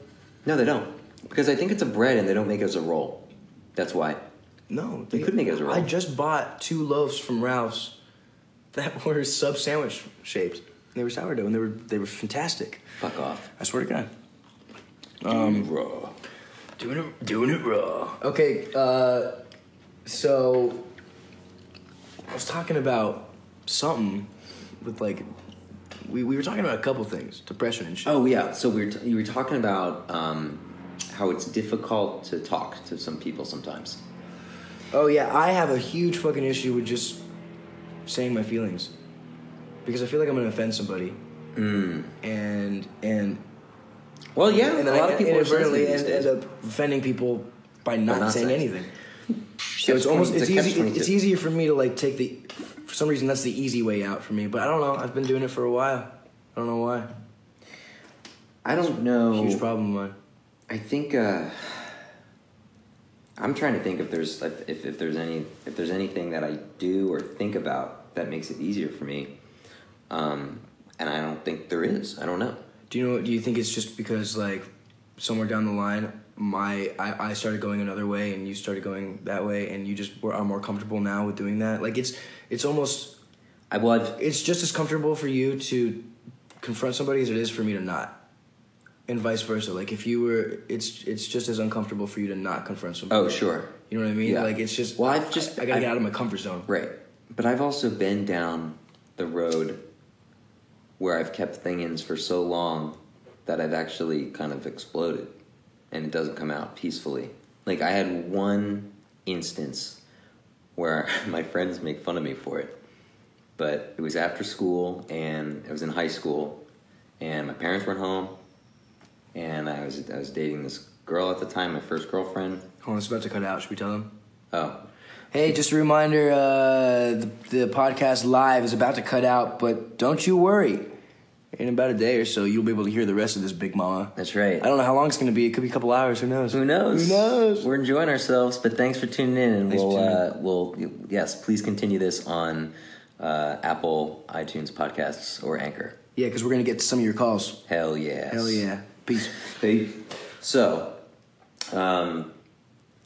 [SPEAKER 2] No, they don't. Because I think it's a bread and they don't make it as a roll. That's why.
[SPEAKER 1] No,
[SPEAKER 2] They could make it as a roll.
[SPEAKER 1] I just bought two loaves from Ralph's that were sub sandwich shaped. They were sourdough and they were they were fantastic.
[SPEAKER 2] Fuck off.
[SPEAKER 1] I swear to God.
[SPEAKER 2] Um, raw.
[SPEAKER 1] Doing it, doing it raw. Okay, uh, so I was talking about something with like we, we were talking about a couple things, depression and shit.
[SPEAKER 2] Oh yeah. So we were t- you were talking about um, how it's difficult to talk to some people sometimes.
[SPEAKER 1] Oh yeah, I have a huge fucking issue with just saying my feelings because I feel like I'm gonna offend somebody. And and
[SPEAKER 2] Well, Hmm. yeah.
[SPEAKER 1] and
[SPEAKER 2] a
[SPEAKER 1] then
[SPEAKER 2] lot
[SPEAKER 1] I
[SPEAKER 2] of people are sensitive
[SPEAKER 1] inadvertently
[SPEAKER 2] these
[SPEAKER 1] end,
[SPEAKER 2] days.
[SPEAKER 1] end up offending people by not,
[SPEAKER 2] not
[SPEAKER 1] saying
[SPEAKER 2] saying.
[SPEAKER 1] anything. So it's almost it's easy it's easier for me to like take the for some reason that's the easy way out for me. But I don't know. I've been doing it for a while. I don't know why.
[SPEAKER 2] I don't know.
[SPEAKER 1] Huge problem of mine.
[SPEAKER 2] I think uh, I'm trying to think if there's if, if, if there's any if there's anything that I do or think about that makes it easier for me, um, and I don't think there is. I don't know.
[SPEAKER 1] Do you know? Do you think it's just because like somewhere down the line, my I, I started going another way and you started going that way, and you just were, are more comfortable now with doing that? Like it's it's almost
[SPEAKER 2] I well, I've,
[SPEAKER 1] it's just as comfortable for you to confront somebody as it is for me to not. And vice versa. Like if you were, it's it's just as uncomfortable for you to not confront somebody.
[SPEAKER 2] oh sure,
[SPEAKER 1] You know what I mean?
[SPEAKER 2] Yeah.
[SPEAKER 1] Like it's just.
[SPEAKER 2] Well, I've just-
[SPEAKER 1] I, gotta
[SPEAKER 2] I've-
[SPEAKER 1] get out of my comfort zone.
[SPEAKER 2] right. But I've also been down the road where I've kept thing-ins for so long that I've actually kind of exploded, and it doesn't come out peacefully. Like I had one instance where my friends make fun of me for it. But it was after school and it was in high school and my parents weren't home and I was I was dating this girl at the time, my first girlfriend.
[SPEAKER 1] Hold on, it's about to cut out. Should we tell them?
[SPEAKER 2] Oh.
[SPEAKER 1] Hey, just a reminder: uh, the, the podcast live is about to cut out, but don't you worry. In about a day or so, you'll be able to hear the rest of this, Big Mama.
[SPEAKER 2] That's right.
[SPEAKER 1] I don't know how long it's going to be. It could be a couple hours. Who knows?
[SPEAKER 2] Who knows?
[SPEAKER 1] Who knows?
[SPEAKER 2] We're enjoying ourselves, but thanks for tuning in and
[SPEAKER 1] Thanks for
[SPEAKER 2] we'll uh, we'll yes, please continue this on uh, Apple iTunes podcasts or Anchor.
[SPEAKER 1] Yeah, because we're going to get to some of your calls.
[SPEAKER 2] Hell yes.
[SPEAKER 1] Hell yeah! Peace.
[SPEAKER 2] They, so, um,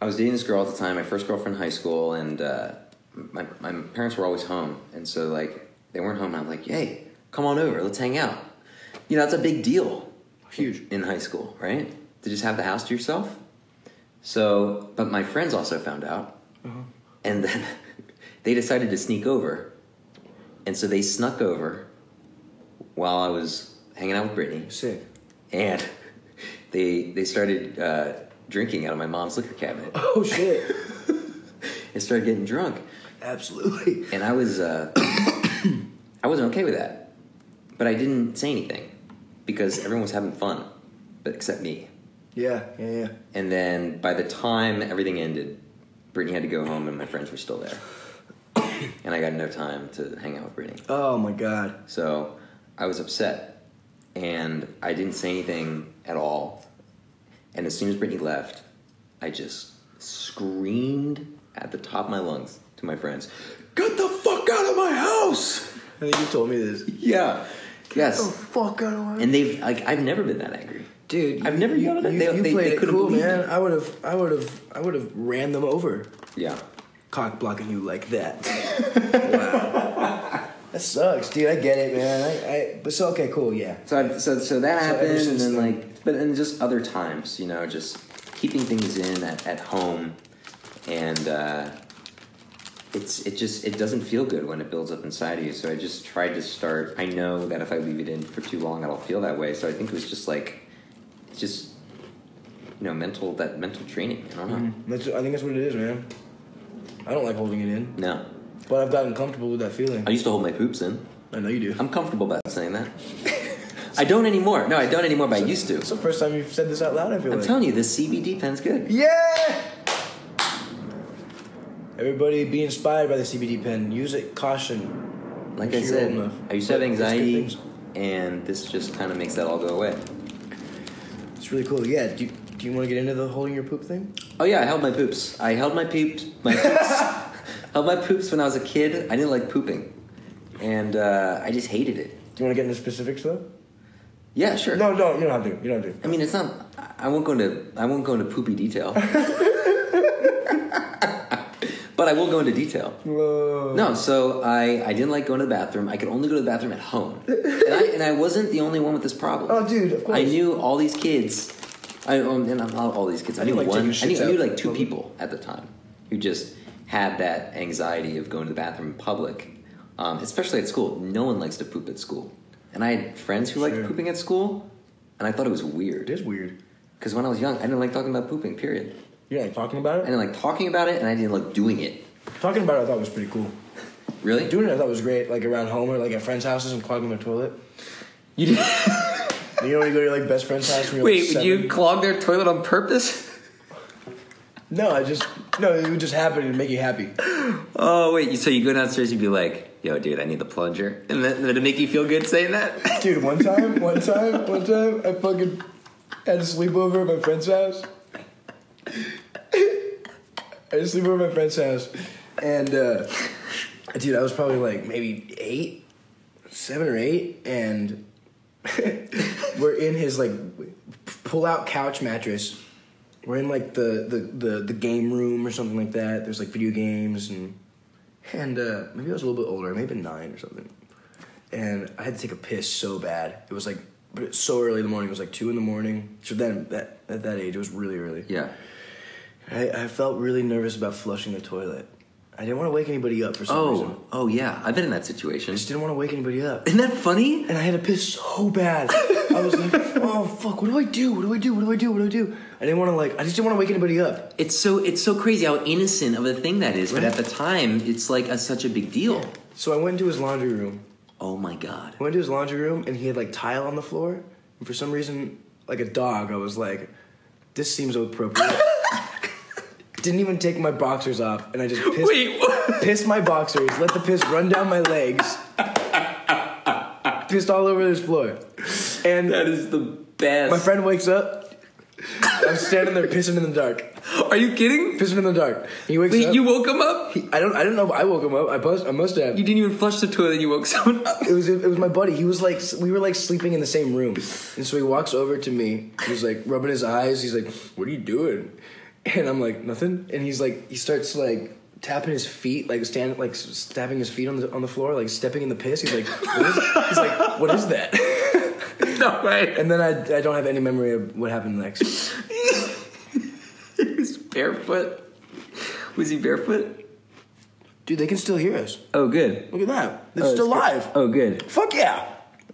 [SPEAKER 2] I was dating this girl at the time, my first girlfriend in high school, and uh, my, my parents were always home. And so, like, they weren't home. and I'm like, hey, come on over, let's hang out. You know, that's a big deal.
[SPEAKER 1] Huge.
[SPEAKER 2] In high school, right? To just have the house to yourself. So, but my friends also found out. And then they decided to sneak over. And so they snuck over while I was hanging out with Brittany
[SPEAKER 1] Sick.
[SPEAKER 2] and they they started uh, drinking out of my mom's liquor cabinet
[SPEAKER 1] Oh shit!
[SPEAKER 2] and started getting drunk.
[SPEAKER 1] Absolutely.
[SPEAKER 2] And I was uh, I wasn't okay with that, but I didn't say anything because everyone was having fun, but except me.
[SPEAKER 1] Yeah, yeah, yeah.
[SPEAKER 2] And then by the time everything ended, Brittany had to go home, and my friends were still there, and I got no time to hang out with Brittany.
[SPEAKER 1] Oh my god.
[SPEAKER 2] So I was upset and I didn't say anything at all. And as soon as Brittany left, I just screamed at the top of my lungs to my friends, Get the fuck out of my house!
[SPEAKER 1] I think you told me this.
[SPEAKER 2] Yeah.
[SPEAKER 1] Oh
[SPEAKER 2] Yes.
[SPEAKER 1] fuck! I don't want.
[SPEAKER 2] And they've like I've never been that angry.
[SPEAKER 1] Dude,
[SPEAKER 2] I've never
[SPEAKER 1] you,
[SPEAKER 2] yelled at them.
[SPEAKER 1] you,
[SPEAKER 2] They-
[SPEAKER 1] you
[SPEAKER 2] they-
[SPEAKER 1] played
[SPEAKER 2] they
[SPEAKER 1] it
[SPEAKER 2] couldn't
[SPEAKER 1] cool,
[SPEAKER 2] believe
[SPEAKER 1] man.
[SPEAKER 2] it.
[SPEAKER 1] I would have, I would have, I would have ran them over,
[SPEAKER 2] Yeah.
[SPEAKER 1] cock blocking you like that. wow, that sucks, dude. I get it, man. I, I but so okay, cool, yeah.
[SPEAKER 2] So I've, so so that
[SPEAKER 1] So ever
[SPEAKER 2] happened, and
[SPEAKER 1] since
[SPEAKER 2] then
[SPEAKER 1] then-
[SPEAKER 2] like, but and just other times, you know, just keeping things in at, at home, and uh, it's it just it doesn't feel good when it builds up inside of you. So I just tried to start. I know that if I leave it in for too long, I'll feel that way. So I think it was just like, it's just you know, mental that mental training. I don't know.
[SPEAKER 1] That's I think that's what it is, man. I don't like holding it in,
[SPEAKER 2] No,
[SPEAKER 1] but I've gotten comfortable with that feeling.
[SPEAKER 2] I used to hold my poops in.
[SPEAKER 1] I know you do.
[SPEAKER 2] I'm comfortable about saying that. I don't anymore. No, I don't anymore. But I used to.
[SPEAKER 1] It's the first time you've said this out loud. I feel
[SPEAKER 2] I'm
[SPEAKER 1] like.
[SPEAKER 2] telling you, this CBD pen's good.
[SPEAKER 1] yeah. Everybody be inspired by the CBD pen. Use it. Caution.
[SPEAKER 4] Like
[SPEAKER 1] Make
[SPEAKER 4] I
[SPEAKER 1] sure you're
[SPEAKER 4] said,
[SPEAKER 1] old enough.
[SPEAKER 4] I used to have
[SPEAKER 1] But it's good
[SPEAKER 4] anxiety,
[SPEAKER 1] things.
[SPEAKER 4] and this just kind of makes that all go away.
[SPEAKER 1] It's really cool. Yeah. Do you, do you want to get into the holding your poop thing?
[SPEAKER 4] Oh yeah, I held my poops. I held my poops. My poops. held my poops when I was a kid. I didn't like pooping, and uh, I just hated it.
[SPEAKER 1] Do you want to get into specifics though?
[SPEAKER 4] Yeah, sure.
[SPEAKER 1] No, no, you don't have to. You don't have to.
[SPEAKER 4] I mean, it's not. I won't go into. I won't go into poopy detail. but I will go into detail.
[SPEAKER 1] Whoa.
[SPEAKER 4] No, so I, I didn't like going to the bathroom. I could only go to the bathroom at home, and I, and I wasn't the only one with this problem.
[SPEAKER 1] Oh, dude, of course.
[SPEAKER 4] I knew all these kids. I um, and not all these kids. I,
[SPEAKER 1] I
[SPEAKER 4] knew
[SPEAKER 1] didn't like
[SPEAKER 4] one. I
[SPEAKER 1] taking
[SPEAKER 4] knew,
[SPEAKER 1] shits
[SPEAKER 4] I knew
[SPEAKER 1] out
[SPEAKER 4] like two
[SPEAKER 1] in public.
[SPEAKER 4] people at the time who just had that anxiety of going to the bathroom in public, um, especially at school. No one likes to poop at school, and I had friends who
[SPEAKER 1] Sure.
[SPEAKER 4] liked pooping at school, and I thought it was
[SPEAKER 1] It
[SPEAKER 4] weird
[SPEAKER 1] is weird.
[SPEAKER 4] because when I was young, I didn't like talking about pooping. Period.
[SPEAKER 1] You're not talking about
[SPEAKER 4] I
[SPEAKER 1] it.
[SPEAKER 4] didn't like talking about it, and I didn't like doing it.
[SPEAKER 1] Talking about it, I thought was pretty cool.
[SPEAKER 4] Really?
[SPEAKER 1] Doing it, I thought was great. Like around home or like at friends' houses and clogging their toilet.
[SPEAKER 4] You did.
[SPEAKER 1] You know when you go to your like best friend's house. When you're, like,
[SPEAKER 2] Wait, would
[SPEAKER 1] seven?
[SPEAKER 2] you clog their toilet on purpose?
[SPEAKER 1] No, I just no. It would just happen and make you happy.
[SPEAKER 2] Oh wait, so you go downstairs, you'd be like, "Yo, dude, I need the plunger," and then to make you feel good saying that.
[SPEAKER 1] Dude, one time, one time, one time, I fucking had a sleepover at my friend's house. I had a sleepover at my friend's house, and uh, dude, I was probably like maybe eight, seven or eight, and we're in his like pull-out couch mattress. We're in like the the the, the game room or something like that. There's like video games and and uh, maybe I was a little bit older, maybe nine or something and I had to take a piss so bad. It was like, but it's so early in the morning. It was like two in the morning. So then, that, at that age, it was really early.
[SPEAKER 4] yeah.
[SPEAKER 1] I, I felt really nervous about flushing the toilet. I didn't want to wake anybody up for some reason.
[SPEAKER 4] Oh, oh yeah. I've been in that situation.
[SPEAKER 1] I just didn't want to wake anybody up.
[SPEAKER 4] Isn't that funny?
[SPEAKER 1] And I had to piss so bad. I was like, oh fuck, what do I do? What do I do? What do I do? What do I do? I didn't want to like. I just didn't want to wake anybody up.
[SPEAKER 4] It's so it's so crazy how innocent of a thing that is, but at the time, it's like a, such a big deal.
[SPEAKER 1] So I went into his laundry room.
[SPEAKER 4] Oh my god!
[SPEAKER 1] I went to his laundry room and he had like tile on the floor. And for some reason, like a dog, I was like, this seems appropriate. Didn't even take my boxers off and I just pissed,
[SPEAKER 2] wait, what?
[SPEAKER 1] pissed my boxers, let the piss run down my legs. pissed all over this floor. And
[SPEAKER 2] that is the best.
[SPEAKER 1] my friend wakes up. I'm standing there pissing in the dark.
[SPEAKER 2] Are you kidding?
[SPEAKER 1] Pissing in the dark. He wakes
[SPEAKER 2] Wait,
[SPEAKER 1] up.
[SPEAKER 2] you woke him up?
[SPEAKER 1] he, I don't I don't know if I woke him up. I must I must have.
[SPEAKER 2] You didn't even flush the toilet. You woke someone up.
[SPEAKER 1] It was it was my buddy. He was like we were like sleeping in the same room, and so he walks over to me. He's like rubbing his eyes. He's like, "What are you doing?" And I'm like, "Nothing." And he's like, he starts like tapping his feet, like stand like s- tapping his feet on the on the floor, like stepping in the piss. He's like, what is, he's like, "What is that?"
[SPEAKER 2] No way.
[SPEAKER 1] And then I I don't have any memory of what happened next.
[SPEAKER 2] he was barefoot. Was he barefoot?
[SPEAKER 1] Dude, they can still hear us.
[SPEAKER 2] Oh, good.
[SPEAKER 1] Look at that. They're
[SPEAKER 2] Oh,
[SPEAKER 1] still
[SPEAKER 2] it's good.
[SPEAKER 1] live.
[SPEAKER 2] Oh, good.
[SPEAKER 1] Fuck yeah.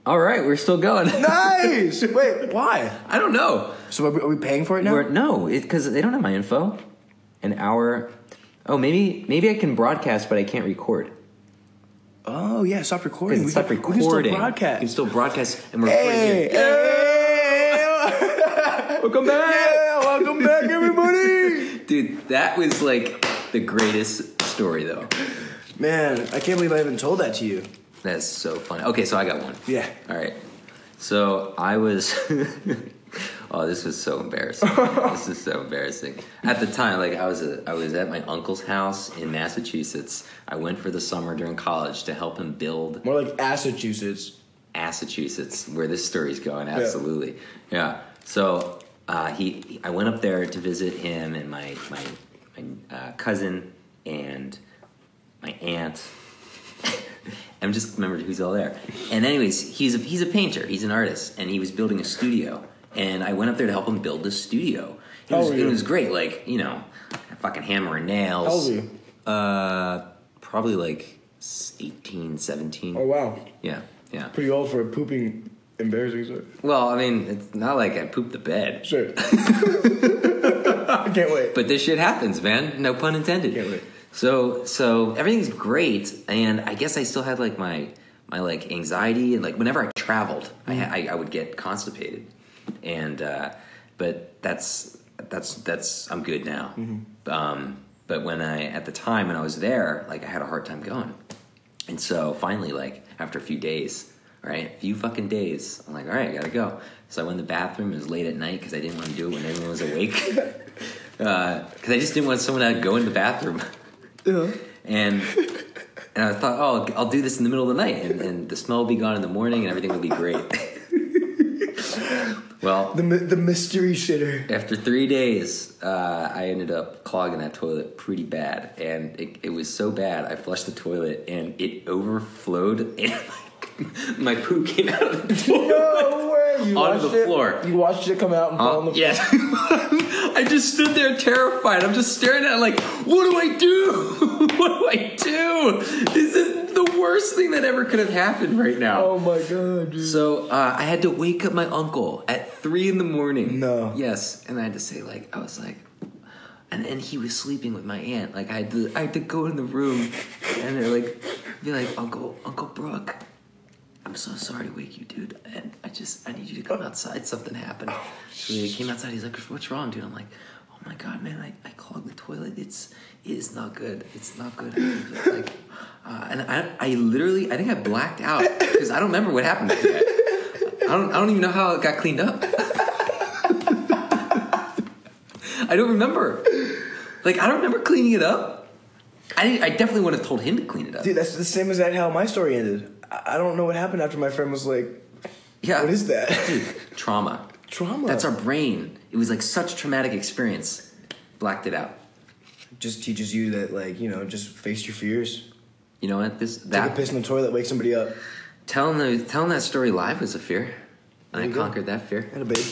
[SPEAKER 2] All right, we're still going.
[SPEAKER 1] Nice. Wait, why?
[SPEAKER 2] I don't know.
[SPEAKER 1] So are we, are we paying for it now?
[SPEAKER 2] We're, no, because they don't have my info. An hour. Oh, maybe maybe I can broadcast, but I can't record.
[SPEAKER 1] oh yeah, stop recording.
[SPEAKER 2] Because it's
[SPEAKER 1] We
[SPEAKER 2] not
[SPEAKER 1] can-
[SPEAKER 2] recording.
[SPEAKER 1] We can still broadcast.
[SPEAKER 2] You can still broadcast and we're
[SPEAKER 1] Hey,
[SPEAKER 2] recording.
[SPEAKER 1] hey.
[SPEAKER 2] Welcome back.
[SPEAKER 1] Yeah, welcome back, everybody.
[SPEAKER 2] Dude, that was like the greatest story though.
[SPEAKER 1] Man, I can't believe I haven't told that to you.
[SPEAKER 2] That's so funny. Okay, so I got one.
[SPEAKER 1] Yeah.
[SPEAKER 2] All right. So I was. oh, this was so embarrassing. this is so embarrassing. At the time, like I was, a, I was at my uncle's house in Massachusetts. I went for the summer during college to help him build
[SPEAKER 1] More like Massachusetts.
[SPEAKER 2] Massachusetts, where this story's going. Absolutely, yeah. So uh, he, he- I went up there to visit him and my my, my uh, cousin and my aunt. I'm just remembered who's all there. And anyways, he's a he's a painter. He's an artist, and he was building a studio. And I went up there to help him build this studio. It
[SPEAKER 1] How
[SPEAKER 2] was,
[SPEAKER 1] old were
[SPEAKER 2] it
[SPEAKER 1] you?
[SPEAKER 2] was great. Like you know, fucking hammer and nails.
[SPEAKER 1] How old were you?
[SPEAKER 2] Uh, probably like s- 18, 17.
[SPEAKER 1] Oh wow,
[SPEAKER 2] Yeah, yeah.
[SPEAKER 1] pretty old for a pooping embarrassing story.
[SPEAKER 2] Well, I mean, it's not like I pooped the bed.
[SPEAKER 1] Sure. I can't wait.
[SPEAKER 2] But this shit happens, man. No pun intended.
[SPEAKER 1] Can't wait.
[SPEAKER 2] So so everything's great, and I guess I still had like my my like anxiety and like whenever I traveled,
[SPEAKER 1] Mm-hmm.
[SPEAKER 2] I ha I, I would get constipated,
[SPEAKER 1] Mm-hmm.
[SPEAKER 2] and uh, but that's that's that's I'm good now. Um, But when I at the time when I was there, like I had a hard time going. And so finally, like after a few days, right, a few fucking days, I'm like, all right, I gotta go. So I went in the bathroom. It was late at night because I didn't want to do it when everyone was awake. Because I just didn't want someone to go in the bathroom. And and I thought, oh, I'll do this in the middle of the night, and, and the smell will be gone in the morning, and everything will be great. well,
[SPEAKER 1] The mi- the mystery shitter.
[SPEAKER 2] after three days, uh, I ended up clogging that toilet pretty bad, and it, it was so bad. I flushed the toilet, and it overflowed, and my, poo came out of the toilet.
[SPEAKER 1] No way! You
[SPEAKER 2] Onto
[SPEAKER 1] watched
[SPEAKER 2] the
[SPEAKER 1] it-
[SPEAKER 2] floor.
[SPEAKER 1] You watched it come out
[SPEAKER 2] Uh,
[SPEAKER 1] and fall on the floor.
[SPEAKER 2] Yes. I just stood there terrified. I'm just staring at it like, what do I do? what do I do? This is the worst thing that ever could have happened right now.
[SPEAKER 1] Oh my god, dude.
[SPEAKER 2] So uh, I had to wake up my uncle at three in the morning.
[SPEAKER 1] No.
[SPEAKER 2] Yes, and I had to say like I was like, and and he was sleeping with my aunt. Like I had to I had to go in the room, and they're like, be like Uncle Uncle Brooke, I'm so sorry to wake you, dude. And I just I need you to come outside. Something happened. So he came outside. He's like, what's wrong, dude? I'm like. Oh my god, man! I, I clogged the toilet. It's it is not good. It's not good. like, uh, and I, I literally I think I blacked out because I don't remember what happened. To that. I don't, I don't even know how it got cleaned up. I don't remember. Like, I don't remember cleaning it up. I, I definitely would have told him to clean it up.
[SPEAKER 1] Dude, that's the same as that how my story ended. I I don't know what happened after my friend was like,
[SPEAKER 2] yeah.
[SPEAKER 1] what is that?
[SPEAKER 2] Dude, trauma.
[SPEAKER 1] Trauma.
[SPEAKER 2] That's our brain. It was like such traumatic experience. Blacked it out.
[SPEAKER 1] just teaches you that like you know just face your fears.
[SPEAKER 2] You know what? This
[SPEAKER 1] Take a
[SPEAKER 2] that
[SPEAKER 1] piss in the toilet, wake somebody up.
[SPEAKER 2] telling the telling that story live was a fear, and I
[SPEAKER 1] you go.
[SPEAKER 2] conquered that fear.
[SPEAKER 1] And a babe.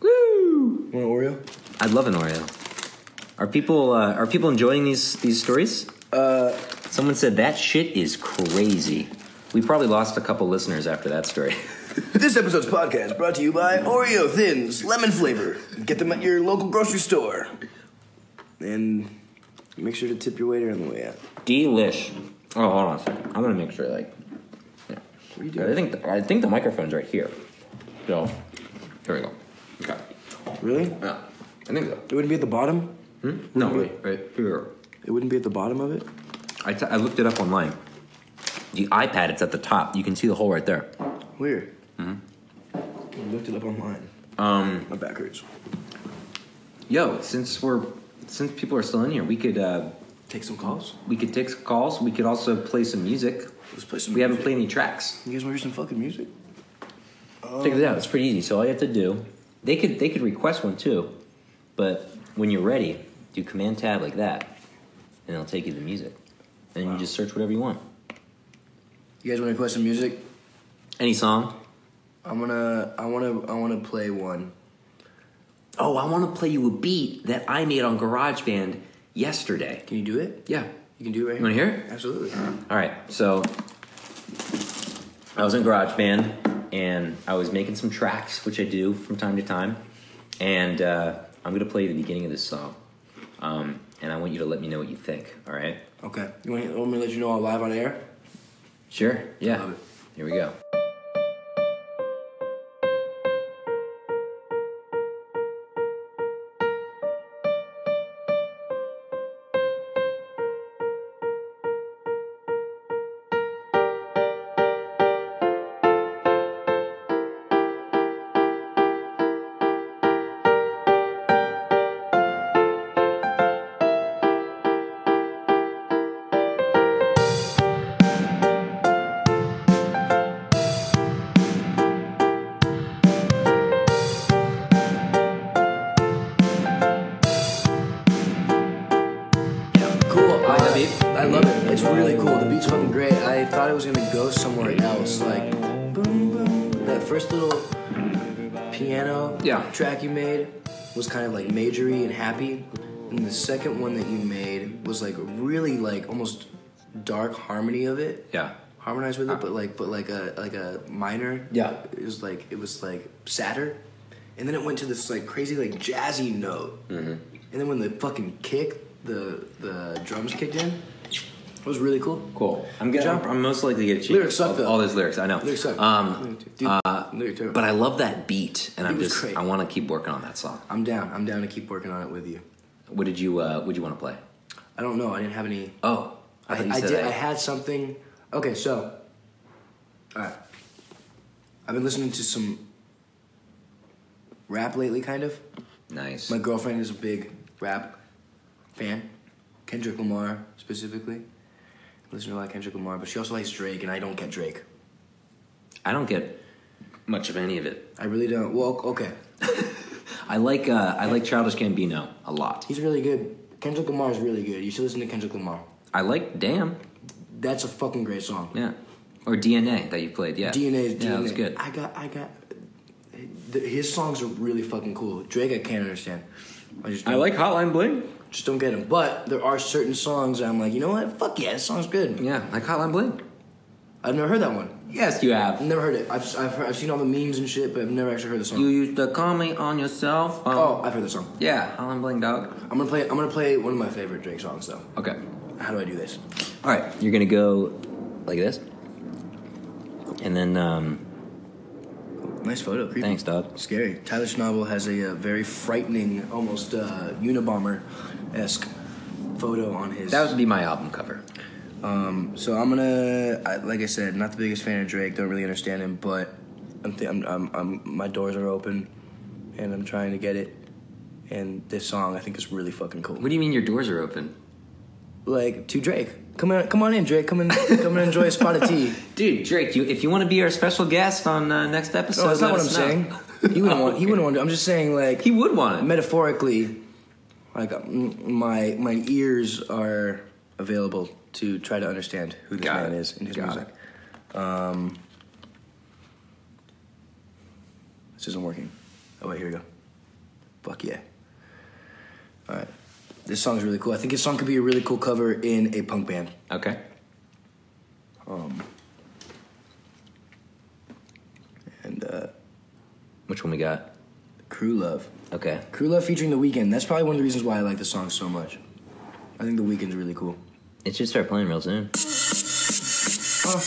[SPEAKER 2] Woo!
[SPEAKER 1] Want an Oreo?
[SPEAKER 2] I'd love an Oreo. Are people uh, are people enjoying these these stories?
[SPEAKER 1] Uh,
[SPEAKER 2] Someone said that shit is crazy. We probably lost a couple listeners after that story.
[SPEAKER 1] this episode's podcast brought to you by Oreo Thins, lemon flavor. Get them at your local grocery store. And make sure to tip your waiter on the way out.
[SPEAKER 2] Delish. Oh, hold on a second. I'm gonna make sure, like, yeah.
[SPEAKER 1] What are you
[SPEAKER 2] I
[SPEAKER 1] doing?
[SPEAKER 2] think the, I think the microphone's right here. So here we go. Okay.
[SPEAKER 1] Really?
[SPEAKER 2] Yeah. I think so.
[SPEAKER 1] It wouldn't be at the bottom.
[SPEAKER 2] Hmm? No, wait, wait, here.
[SPEAKER 1] It wouldn't be at the bottom of it.
[SPEAKER 2] I, t- I looked it up online. The iPad, it's at the top. You can see the hole right there.
[SPEAKER 1] Where? Mm-hmm. I looked it up online.
[SPEAKER 2] Um,
[SPEAKER 1] My back hurts.
[SPEAKER 2] yo, since we're since people are still in here, we could uh,
[SPEAKER 1] Take some calls.
[SPEAKER 2] we could take some calls. We could also play some music.
[SPEAKER 1] Let's play some.
[SPEAKER 2] We haven't
[SPEAKER 1] music.
[SPEAKER 2] played any tracks.
[SPEAKER 1] You guys want to hear some fucking music?
[SPEAKER 2] Check this out. It's pretty easy. So all you have to do, they could they could request one too, but when you're ready, do Command Tab like that, and it'll take you to music, and you just search whatever you want.
[SPEAKER 1] You guys want to request some music?
[SPEAKER 2] Any song.
[SPEAKER 1] I'm gonna. I wanna. I wanna play one.
[SPEAKER 2] Oh, I want to play you a beat that I made on GarageBand yesterday.
[SPEAKER 1] Can you do it?
[SPEAKER 2] Yeah.
[SPEAKER 1] You can do it right
[SPEAKER 2] You want to hear it?
[SPEAKER 1] Absolutely.
[SPEAKER 2] All right. So I was in GarageBand and I was making some tracks, which I do from time to time, and uh, I'm gonna play the beginning of this song, um, and I want you to let me know what you think. All right.
[SPEAKER 1] Okay. You want, want me to let you know I'm live on air?
[SPEAKER 2] Sure. Yeah.
[SPEAKER 1] Love it.
[SPEAKER 2] Here we go.
[SPEAKER 1] Cool.
[SPEAKER 2] I like that beat.
[SPEAKER 1] I love it. It's really cool. The beat's fucking great. I thought it was gonna go somewhere else, like boom, boom. That first little piano
[SPEAKER 2] Yeah.
[SPEAKER 1] track you made was kind of like majory and happy, and the second one that you made was like really like almost dark harmony of it.
[SPEAKER 2] Yeah.
[SPEAKER 1] harmonized with it, but like but like a like a minor.
[SPEAKER 2] Yeah.
[SPEAKER 1] It was like it was like sadder, and then it went to this like crazy like jazzy note, mm-hmm. and then when the fucking kick the the drums kicked in, it was really cool.
[SPEAKER 2] Cool. I'm gonna.
[SPEAKER 1] job.
[SPEAKER 2] I'm most likely to get cheap.
[SPEAKER 1] Lyrics suck,
[SPEAKER 2] all,
[SPEAKER 1] though.
[SPEAKER 2] all those lyrics. I know.
[SPEAKER 1] Lyrics suck.
[SPEAKER 2] Um,
[SPEAKER 1] Dude, lyrics terrible.
[SPEAKER 2] but I love that beat, and I'm
[SPEAKER 1] was
[SPEAKER 2] just.
[SPEAKER 1] great.
[SPEAKER 2] I want to keep working on that song.
[SPEAKER 1] I'm down. I'm down to keep working on it with you.
[SPEAKER 2] What did you? Uh, what did you want to play?
[SPEAKER 1] I don't know. I didn't have any.
[SPEAKER 3] Oh, I, thought you
[SPEAKER 1] I, I
[SPEAKER 3] said
[SPEAKER 1] did.
[SPEAKER 3] that.
[SPEAKER 1] I had something. Okay, so. All right. I've been listening to some rap lately, kind of.
[SPEAKER 3] nice.
[SPEAKER 1] My girlfriend is a big rap fan, Kendrick Lamar specifically. I listen to a lot of Kendrick Lamar, but she also likes Drake, and I don't get Drake.
[SPEAKER 3] I don't get much of any of it.
[SPEAKER 1] I really don't. Well, okay,
[SPEAKER 3] I like uh, I like Childish Gambino a lot.
[SPEAKER 1] he's really good. Kendrick Lamar is really good. You should listen to Kendrick Lamar.
[SPEAKER 3] I like Damn.
[SPEAKER 1] That's a fucking great song.
[SPEAKER 3] Yeah. Or DNA that you played. Yeah.
[SPEAKER 1] DNA is DNA.
[SPEAKER 3] Yeah, that was good.
[SPEAKER 1] I got, I got. The, his songs are really fucking cool. Drake, I can't understand. I just,
[SPEAKER 3] I
[SPEAKER 1] don't-
[SPEAKER 3] like Hotline Bling.
[SPEAKER 1] just don't get him. But there are certain songs that I'm like, you know what? Fuck yeah, this song's good.
[SPEAKER 3] Yeah, like Hotline Bling.
[SPEAKER 1] I've never heard that one.
[SPEAKER 3] Yes, you
[SPEAKER 1] I've
[SPEAKER 3] have.
[SPEAKER 1] never heard it. I've, I've, heard, I've seen all the memes and shit, but I've never actually heard the song.
[SPEAKER 3] You used to call me on your cell phone.
[SPEAKER 1] oh, I've heard the song.
[SPEAKER 3] Yeah, Hotline Bling, dog.
[SPEAKER 1] I'm gonna play. I'm gonna play one of my favorite Drake songs though.
[SPEAKER 3] Okay.
[SPEAKER 1] How do I do this?
[SPEAKER 3] All right, you're gonna go like this, and then um,
[SPEAKER 1] Nice photo. Creepy.
[SPEAKER 3] thanks, dog.
[SPEAKER 1] Scary. Tyler Schnabel has a, uh very frightening, almost uh, Unabomber esque photo on his.
[SPEAKER 3] That would be my album cover.
[SPEAKER 1] Um, so I'm gonna, I, like I said, not the biggest fan of Drake. Don't really understand him, but I'm, th- I'm, I'm, I'm, my doors are open, and I'm trying to get it. And this song, I think, is really fucking cool.
[SPEAKER 3] What do you mean your doors are open,
[SPEAKER 1] Like to Drake, come on, come on in, Drake, come in, come and enjoy a spot of tea.
[SPEAKER 3] dude? Drake, you if you want to be our special guest on uh, next episode,
[SPEAKER 1] No, that's not
[SPEAKER 3] let
[SPEAKER 1] what I'm
[SPEAKER 3] us know.
[SPEAKER 1] saying. He wouldn't
[SPEAKER 3] Oh,
[SPEAKER 1] want. He
[SPEAKER 3] okay.
[SPEAKER 1] wouldn't want to. I'm just saying, like
[SPEAKER 3] He would want it.
[SPEAKER 1] metaphorically, like uh, m- my my ears are available to try to understand who this
[SPEAKER 3] Got
[SPEAKER 1] man
[SPEAKER 3] it.
[SPEAKER 1] is and his
[SPEAKER 3] Got
[SPEAKER 1] music. Um, this isn't working. Oh wait, here we go. Fuck yeah! All right, this song is really cool. I think this song could be a really cool cover in a punk band.
[SPEAKER 3] Okay.
[SPEAKER 1] And uh,
[SPEAKER 3] Which one we got?
[SPEAKER 1] Crew Love,
[SPEAKER 3] Okay.
[SPEAKER 1] Crew Love featuring The Weeknd. That's probably one of the reasons why I like this song so much. I think The Weeknd's really cool.
[SPEAKER 3] It should start playing real soon.
[SPEAKER 1] Oh,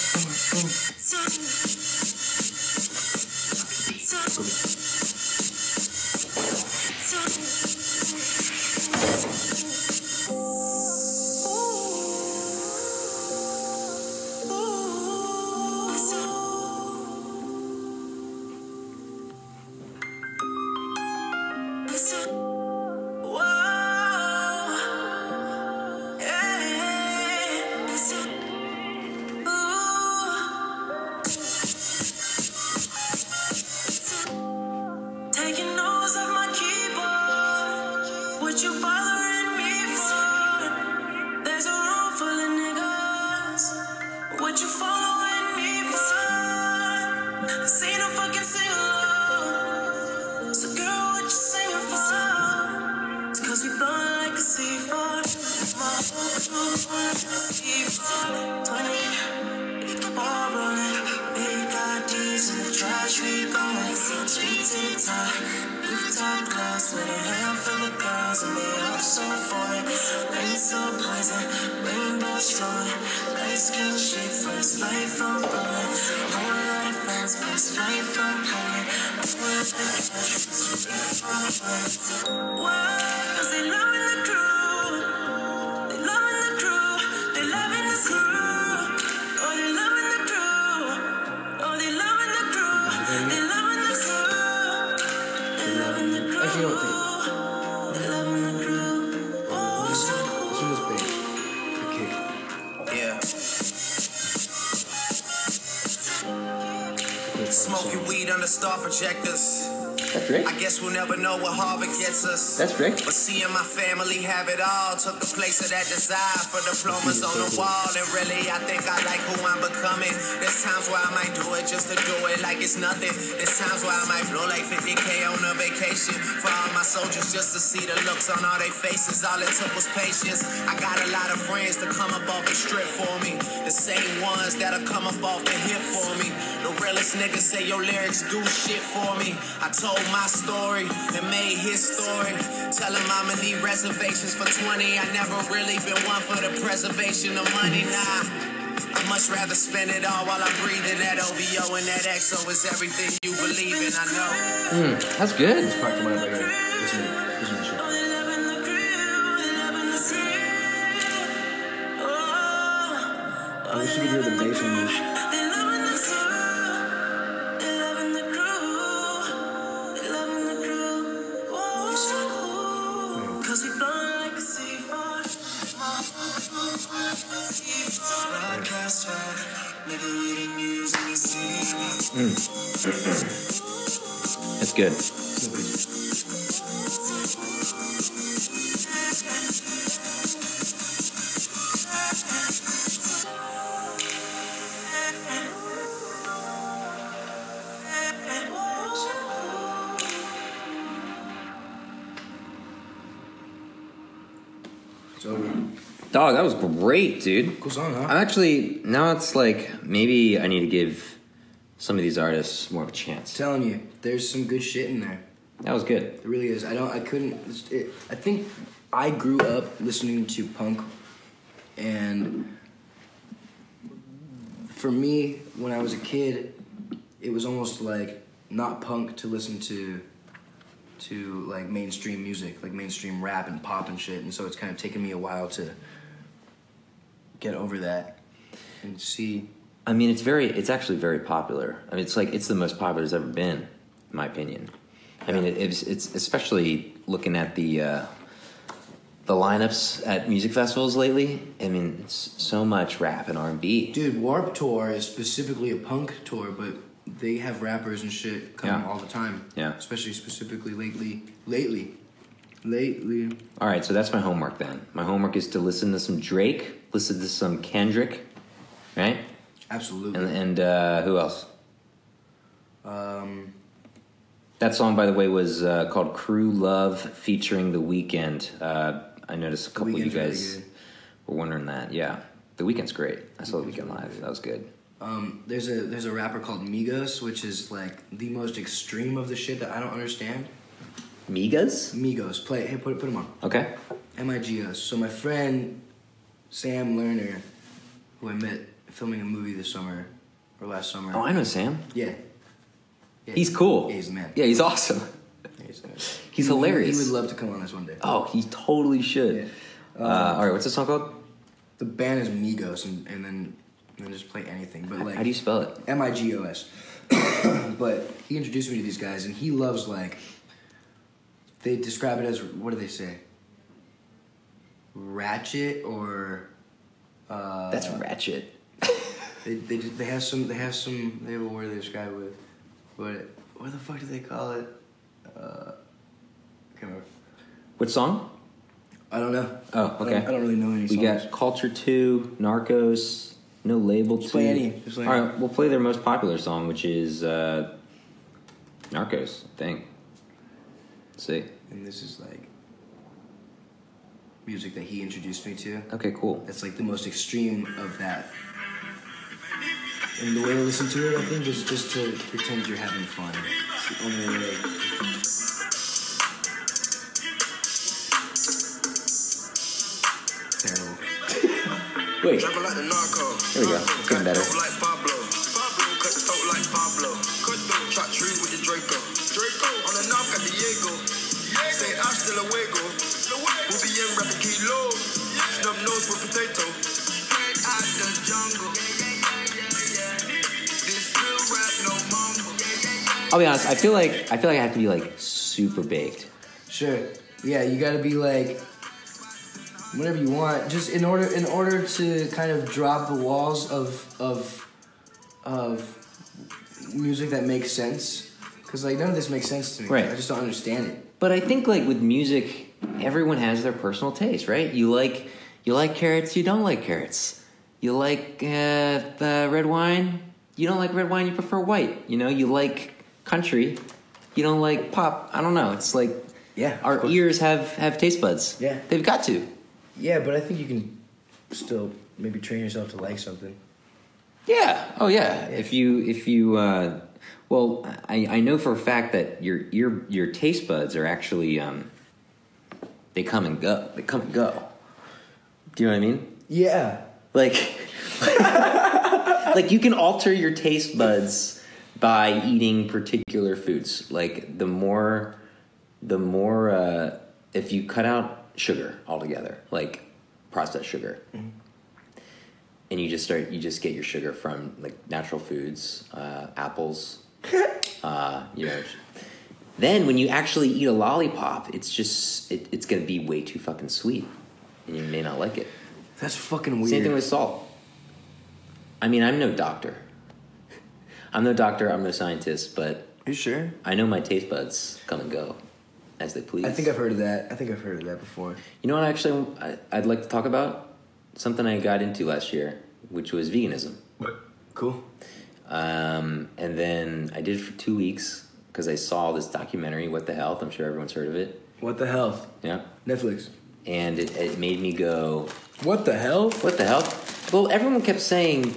[SPEAKER 5] Taking notes off my keyboard. What you bothering me for? There's a room full of niggas. What you following me for? Seen a fucking sing along. So girl, what you singing for? It's 'cause we blowing like a C4. My whole crew blowing like a C4. 20, keep the ball rolling. Big IDs in the trash, we going since we tick tock. Rooftop glass with a handful of girls, and they all so foreign. Rain so poison, rainbows flowing. Light skin shade, first light from rolling. A whole lot of friends, first light from Poland. I swear to God, first light from Poland. Why? 'Cause they loving the crew. They loving the crew. They loving the crew. Oh, they loving the crew. Oh, they loving the crew. They loving the crew. They loving the crew.
[SPEAKER 1] Actually, I don't think-
[SPEAKER 5] They loving the crew. Oh, so
[SPEAKER 1] She was big. Okay. Yeah.
[SPEAKER 6] Smoking weed under star projectors.
[SPEAKER 2] That's Drake.
[SPEAKER 6] I guess we'll never know what Harvard gets us.
[SPEAKER 2] That's Drake.
[SPEAKER 6] But seeing my family have it all took the place of that desire for diplomas on the wall. And really, I think I like who I'm becoming. There's times where I might do it just to do it like it's nothing. There's times where I might blow like 50k on a vacation for all my soldiers just to see the looks on all their faces. All it took was patience. I got a lot of friends to come up off the strip for me. The same ones that'll come up off the hip for me. The realest niggas say your lyrics do shit for me. I told my story and made his story. Tell him I'ma need reservations for 20. I never really been one for the preservation of money, nah. I much rather spend it all while I'm breathing. That OVO and that XO is everything you believe in, I know.
[SPEAKER 3] That's good.
[SPEAKER 1] Part to my right here. This is it. This is the shit.
[SPEAKER 5] They loving the crew. They loving the crew.
[SPEAKER 1] wish you could hear the
[SPEAKER 5] They
[SPEAKER 1] bass on this.
[SPEAKER 5] loving the crew. They loving the crew. They loving the crew. Whoa. Cause we blowing like a C4. Broadcaster. Maybe we didn't use any C.
[SPEAKER 2] That's good.
[SPEAKER 1] It's over.
[SPEAKER 2] Dog, that was great, dude.
[SPEAKER 1] Goes on, huh?
[SPEAKER 2] I'm actually now it's like maybe I need to give some of these artists more of a chance.
[SPEAKER 1] telling you, there's some good shit in there.
[SPEAKER 2] That was good.
[SPEAKER 1] It really is. I don't. I couldn't. it's- It, I think I grew up listening to punk, and for me, when I was a kid, it was almost like not punk to listen to, to like mainstream music, like mainstream rap and pop and shit. And so it's kind of taken me a while to get over that and see.
[SPEAKER 2] I mean, it's very, it's actually very popular. I mean, it's like it's the most popular it's ever been, in my opinion. I mean, it, it's it's especially looking at the uh, the lineups at music festivals lately. I mean, it's so much rap and R and B.
[SPEAKER 1] Dude, Warp Tour is specifically a punk tour, but they have rappers and shit come
[SPEAKER 2] Yeah.
[SPEAKER 1] all the time.
[SPEAKER 2] Yeah.
[SPEAKER 1] Especially specifically lately. Lately. Lately.
[SPEAKER 2] All right, so that's my homework then. My homework is to listen to some Drake, listen to some Kendrick, right?
[SPEAKER 1] Absolutely.
[SPEAKER 2] And and uh, who else?
[SPEAKER 1] Um
[SPEAKER 2] That song, by the way, was uh, called "Crew Love" featuring The Weeknd. Uh, I noticed a couple of you
[SPEAKER 1] Weeknd's really
[SPEAKER 2] guys
[SPEAKER 1] good.
[SPEAKER 2] were wondering that. Yeah, The Weeknd's great. I saw The Weeknd live. That was good.
[SPEAKER 1] um, there's a there's a rapper called Migos, which is like the most extreme of the shit that I don't understand.
[SPEAKER 2] Migas.
[SPEAKER 1] Migos, play it. Hey, put put him on.
[SPEAKER 2] Okay.
[SPEAKER 1] M I G O S. So my friend Sam Lerner, who I met filming a movie this summer or last summer.
[SPEAKER 2] Oh, I know Sam.
[SPEAKER 1] yeah. Yeah.
[SPEAKER 2] He's cool.
[SPEAKER 1] Yeah, he's the man.
[SPEAKER 2] Yeah, he's awesome.
[SPEAKER 1] He's,
[SPEAKER 2] He's
[SPEAKER 1] He-
[SPEAKER 2] hilarious.
[SPEAKER 1] He would love to come on this one day.
[SPEAKER 2] Oh, he totally should.
[SPEAKER 1] Yeah.
[SPEAKER 2] Uh, all right, what's the song called?
[SPEAKER 1] The band is Migos, and, and then and then just play anything. But like
[SPEAKER 2] How do you spell it?
[SPEAKER 1] M I G O S. But he introduced me to these guys, and he loves like they describe it as what do they say? Ratchet or
[SPEAKER 2] That's Ratchet.
[SPEAKER 1] they they, just, they have some they have some they have a word they describe it with, but what the fuck do they call it? Uh, can't remember.
[SPEAKER 2] What song?
[SPEAKER 1] I don't know.
[SPEAKER 2] Oh,
[SPEAKER 1] I
[SPEAKER 2] okay.
[SPEAKER 1] don't, I don't really know any.
[SPEAKER 2] We
[SPEAKER 1] songs.
[SPEAKER 2] got Culture 2, Narcos, No Label 2.
[SPEAKER 1] play any. Just play
[SPEAKER 2] All
[SPEAKER 1] any.
[SPEAKER 2] right, we'll play their most popular song, which is uh, Narcos, I think. Let's see.
[SPEAKER 1] and this is like music that he introduced me to.
[SPEAKER 2] Okay, cool.
[SPEAKER 1] That's like the most extreme of that. And the way to listen to it, I think, is just to pretend you're having fun. It's the only way. Terrible.
[SPEAKER 2] Wait,
[SPEAKER 3] Drop it like the narco.
[SPEAKER 2] Here we go. It's getting better.
[SPEAKER 3] Cut dope like Pablo. Pablo. Cut the dope like Pablo. Cut dope. Chop tree with the Draco. Draco. On the knob got Diego. Diego. Say hasta luego. We'll be in rapid kilo. Snub nose with potato. Straight out the jungle. This real rap no mumble.
[SPEAKER 2] I'll be honest. I feel like I feel like I have to be like super baked.
[SPEAKER 1] Sure. Yeah, you gotta be like whatever you want. Just in order in order to kind of drop the walls of of of music that makes sense. Cause like none of this makes sense to me.
[SPEAKER 2] Right.
[SPEAKER 1] I just don't understand it.
[SPEAKER 2] But I think like with music, everyone has their personal taste, right? You like you like carrots, you don't like carrots. You like uh, uh, red wine, you don't like red wine, you prefer white. You know, you like country, you don't like pop. I don't know. It's like
[SPEAKER 1] Yeah, of
[SPEAKER 2] our
[SPEAKER 1] course.
[SPEAKER 2] ears have have taste buds.
[SPEAKER 1] Yeah.
[SPEAKER 2] they've got to.
[SPEAKER 1] Yeah, but I think you can still maybe train yourself to like something.
[SPEAKER 2] Yeah. Oh yeah. If you if you uh, well, I, I know for a fact that your your your taste buds are actually um, they come and go. They come and go. Do you know what I mean?
[SPEAKER 1] Yeah.
[SPEAKER 2] Like like you can alter your taste buds by eating particular foods. Like the more the more uh, if you cut out sugar altogether, like processed sugar, and you just start you just get your sugar from like natural foods, uh, apples, uh, you know. Then when you actually eat a lollipop, it's just it, it's gonna be way too fucking sweet, and you may not like it.
[SPEAKER 1] That's fucking weird.
[SPEAKER 2] Same thing with salt. I mean, I'm no doctor. I'm no doctor. I'm no scientist, but
[SPEAKER 1] you sure?
[SPEAKER 2] I know my taste buds come and go as they please.
[SPEAKER 1] I think I've heard of that. I think I've heard of that before.
[SPEAKER 2] You know what? Actually, I, I'd like to talk about something I got into last year, which was veganism.
[SPEAKER 1] Cool.
[SPEAKER 2] Um, and then I did it for two weeks because I saw this documentary, What the Health. I'm sure everyone's heard of it.
[SPEAKER 1] What the health?
[SPEAKER 2] Yeah.
[SPEAKER 1] Netflix.
[SPEAKER 2] And it, it made me go,
[SPEAKER 1] What the hell?
[SPEAKER 2] what the hell? Well, everyone kept saying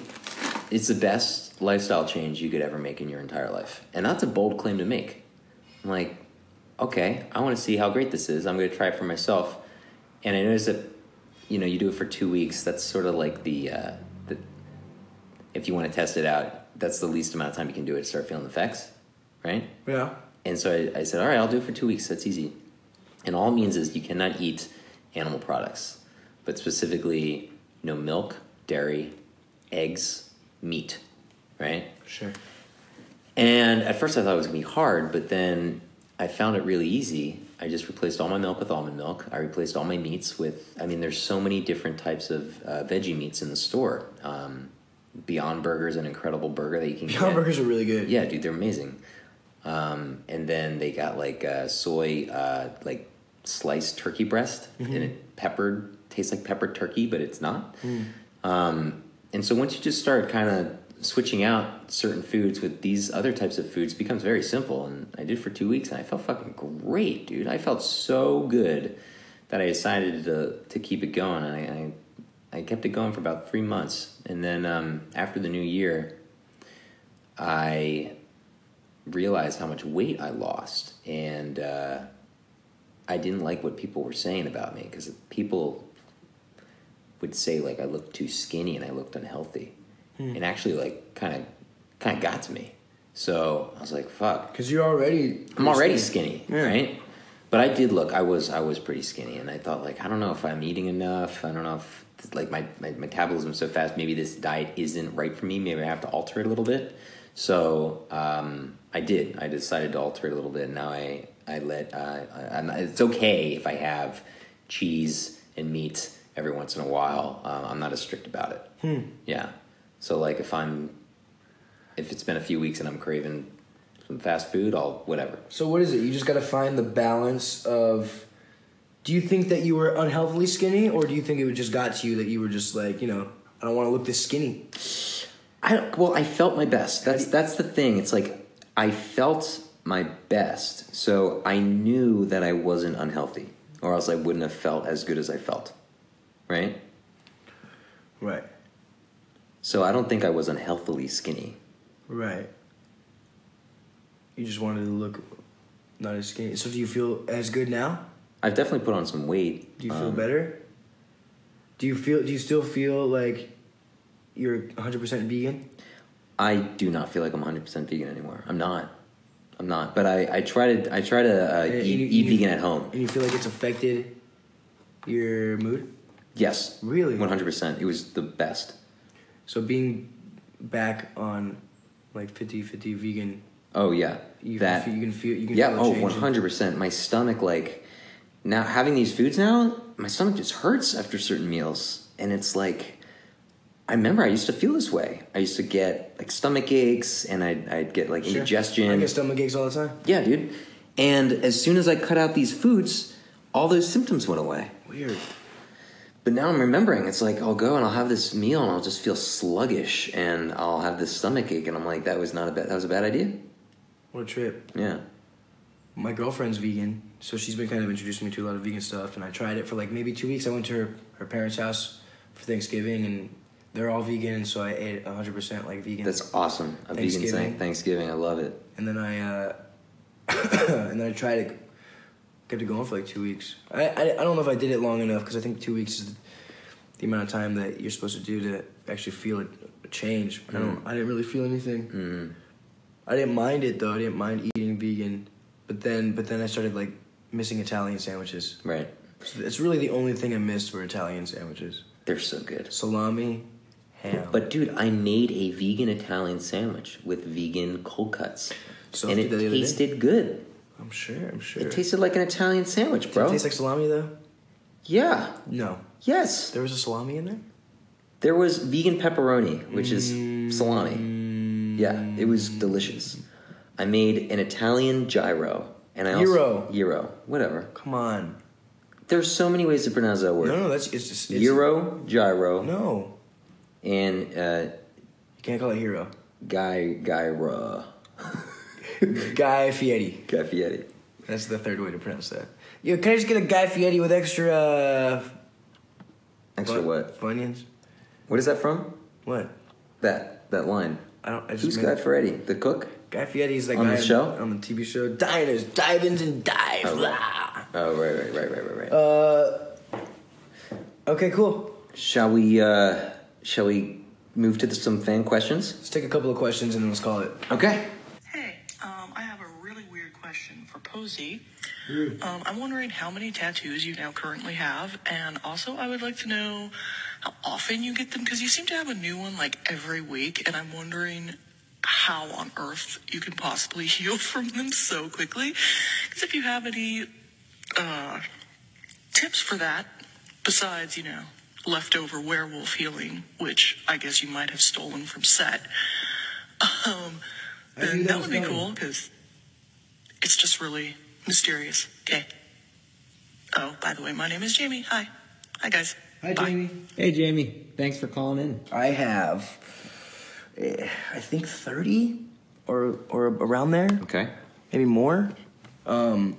[SPEAKER 2] it's the best lifestyle change you could ever make in your entire life. And that's a bold claim to make. I'm like, okay, I want to see how great this is. I'm going to try it for myself. And I noticed that, you know, you do it for two weeks. That's sort of like the, uh, the if you want to test it out, that's the least amount of time you can do it to start feeling effects, right?
[SPEAKER 1] Yeah.
[SPEAKER 2] And so I, I said, all right, I'll do it for two weeks. That's easy. And all it means is you cannot eat animal products, but specifically no milk, dairy, eggs, meat, right?
[SPEAKER 1] Sure.
[SPEAKER 2] And at first I thought it was gonna be hard, but then I found it really easy. I just replaced all my milk with almond milk. I replaced all my meats with, I mean, there's so many different types of uh, veggie meats in the store. Um, Beyond Burger is an incredible burger that you can
[SPEAKER 1] Beyond
[SPEAKER 2] get.
[SPEAKER 1] burgers are really good.
[SPEAKER 2] Yeah, dude, they're amazing. Um, and then they got like uh, soy, uh, like sliced turkey breast, and it peppered tastes like peppered turkey, but it's not. Um, and so once you just start kind of switching out certain foods with these other types of foods, it becomes very simple. And I did it for two weeks, and I felt fucking great, dude. I felt so good that I decided to to keep it going, and I I, I kept it going for about three months, and then um, after the new year. I realized how much weight I lost, and uh, I didn't like what people were saying about me because people would say like I looked too skinny and I looked unhealthy, and actually like kind of kind of got to me. So I was like, "Fuck,
[SPEAKER 1] Cause you're already.
[SPEAKER 2] I'm already skinny,
[SPEAKER 1] Yeah.
[SPEAKER 2] right?" But I did look. I was I was pretty skinny, and I thought like I don't know if I'm eating enough. I don't know if like my my metabolism's so fast. Maybe this diet isn't right for me. Maybe I have to alter it a little bit. So um, I did. I decided to alter it a little bit. and Now I I let uh, I, I'm, it's okay if I have cheese and meat every once in a while. Um, I'm not as strict about it. Yeah. So like if I'm if it's been a few weeks and I'm craving some fast food, I'll whatever.
[SPEAKER 1] So what is it? You just got to find the balance of. Do you think that you were unhealthily skinny, or do you think it just got to you that you were just like, you know, I don't want to look this skinny?
[SPEAKER 2] I don't- well, I felt my best. That's that's the thing. It's like I felt my best, so I knew that I wasn't unhealthy, or else I wouldn't have felt as good as I felt, right?
[SPEAKER 1] Right.
[SPEAKER 2] So I don't think I was unhealthily skinny.
[SPEAKER 1] Right. You just wanted to look not as skinny. So do you feel as good now?
[SPEAKER 2] I've definitely put on some weight.
[SPEAKER 1] Do you feel
[SPEAKER 2] um,
[SPEAKER 1] better? Do you feel? Do you still feel like you're 100 percent vegan?
[SPEAKER 2] I do not feel like I'm 100 percent vegan anymore. I'm not. I'm not. But I, I try to I try to uh,
[SPEAKER 1] And
[SPEAKER 2] eat,
[SPEAKER 1] you-
[SPEAKER 2] eat
[SPEAKER 1] you-
[SPEAKER 2] vegan at home.
[SPEAKER 1] And you feel like it's affected your mood?
[SPEAKER 2] Yes.
[SPEAKER 1] Really?
[SPEAKER 2] 100. percent It was the best.
[SPEAKER 1] So being back on like 50 50 vegan,
[SPEAKER 2] Oh yeah.
[SPEAKER 1] you,
[SPEAKER 2] that
[SPEAKER 1] can, feel, you can feel you can
[SPEAKER 2] yeah
[SPEAKER 1] feel a
[SPEAKER 2] oh
[SPEAKER 1] change in-
[SPEAKER 2] 100% my stomach like now having these foods now my stomach just hurts after certain meals and it's like i remember i used to feel this way i used to get like stomach aches and i'd, I'd get like
[SPEAKER 1] Sure.
[SPEAKER 2] indigestion
[SPEAKER 1] I get stomach aches all the time.
[SPEAKER 2] yeah dude and as soon as i cut out these foods all those symptoms went away
[SPEAKER 1] Weird.
[SPEAKER 2] but now i'm remembering it's like i'll go and i'll have this meal and i'll just feel sluggish and i'll have this stomach ache and i'm like that was not a bad that was a bad idea
[SPEAKER 1] What a trip.
[SPEAKER 2] yeah
[SPEAKER 1] My girlfriend's vegan, so she's been kind of introducing me to a lot of vegan stuff, and I tried it for like maybe two weeks. I went to her, her parents' house for Thanksgiving, and they're all vegan, and so I ate 100% like vegan.
[SPEAKER 2] that's awesome a vegan
[SPEAKER 1] Thanksgiving.
[SPEAKER 2] saying thanksgiving i love it
[SPEAKER 1] and then I, uh, and then I tried it, kept it going for like two weeks. I, I, I don't know if I did it long enough, because I think two weeks is the amount of time that you're supposed to do to actually feel a, a change. I,
[SPEAKER 2] Mm.
[SPEAKER 1] don't, I didn't really feel anything.
[SPEAKER 2] Mm-hmm.
[SPEAKER 1] I didn't mind it, though. I didn't mind eating vegan. But then, but then I started like missing Italian sandwiches.
[SPEAKER 2] Right.
[SPEAKER 1] So It's really the only thing I missed were Italian sandwiches.
[SPEAKER 2] They're so good.
[SPEAKER 1] Salami, ham.
[SPEAKER 2] But dude, I made a vegan Italian sandwich with vegan cold cuts,
[SPEAKER 1] So
[SPEAKER 2] and
[SPEAKER 1] I did
[SPEAKER 2] it
[SPEAKER 1] that the other day.
[SPEAKER 2] tasted good.
[SPEAKER 1] I'm sure. I'm sure.
[SPEAKER 2] It tasted like an Italian sandwich,
[SPEAKER 1] Did it
[SPEAKER 2] bro.
[SPEAKER 1] taste like salami though?
[SPEAKER 2] yeah.
[SPEAKER 1] No.
[SPEAKER 2] Yes.
[SPEAKER 1] There was a salami in there.
[SPEAKER 2] There was vegan pepperoni, which is salami. Yeah, it was delicious. I made an Italian gyro, and I also
[SPEAKER 1] Gyro.
[SPEAKER 2] gyro, whatever.
[SPEAKER 1] Come on.
[SPEAKER 2] There's so many ways to pronounce that word.
[SPEAKER 1] No, no, that's it's just it's,
[SPEAKER 2] Euro, gyro,
[SPEAKER 1] No,
[SPEAKER 2] and uh,
[SPEAKER 1] you can't call it hero.
[SPEAKER 2] guy, gyra,
[SPEAKER 1] Guy Fieri.
[SPEAKER 2] guy Fieri.
[SPEAKER 1] That's the third way to pronounce that. Yo, can I just get a Guy Fieri with extra? Uh,
[SPEAKER 2] Extra
[SPEAKER 1] bun-
[SPEAKER 2] what?
[SPEAKER 1] Bunions.
[SPEAKER 2] What is that from?
[SPEAKER 1] What?
[SPEAKER 2] That that line.
[SPEAKER 1] I don't. I just
[SPEAKER 2] Who's
[SPEAKER 1] made-
[SPEAKER 2] Guy Freddy? The cook?
[SPEAKER 1] Guy Fieri is like
[SPEAKER 2] On the show?
[SPEAKER 1] on the TV show Diners, Divins, and Dives.
[SPEAKER 2] Oh,
[SPEAKER 1] Blah.
[SPEAKER 2] Oh right, right, right, right, right, right.
[SPEAKER 1] Uh, okay, cool.
[SPEAKER 2] shall we uh shall we move to the, some fan questions?
[SPEAKER 1] Let's take a couple of questions and then let's call it.
[SPEAKER 2] Okay.
[SPEAKER 7] Hey, um, I have a really weird question for Posey. Um, I'm wondering how many tattoos you now currently have, and also I would like to know how often you get them because you seem to have a new one like every week, and I'm wondering how on earth you can possibly heal from them so quickly. Because if you have any uh, tips for that, besides, you know, leftover werewolf healing, which I guess you might have stolen from set. Um,
[SPEAKER 1] knew
[SPEAKER 7] then
[SPEAKER 1] that
[SPEAKER 7] that,
[SPEAKER 1] was
[SPEAKER 7] would be
[SPEAKER 1] coming.
[SPEAKER 7] cool because it's just really mysterious. Okay. Oh, by the way, my name is Jamie. Hi. Hi, guys. Bye.
[SPEAKER 2] Hey Jamie. Thanks for calling in.
[SPEAKER 1] I have, eh, I think thirty or or around there.
[SPEAKER 3] Okay.
[SPEAKER 1] maybe more. Um,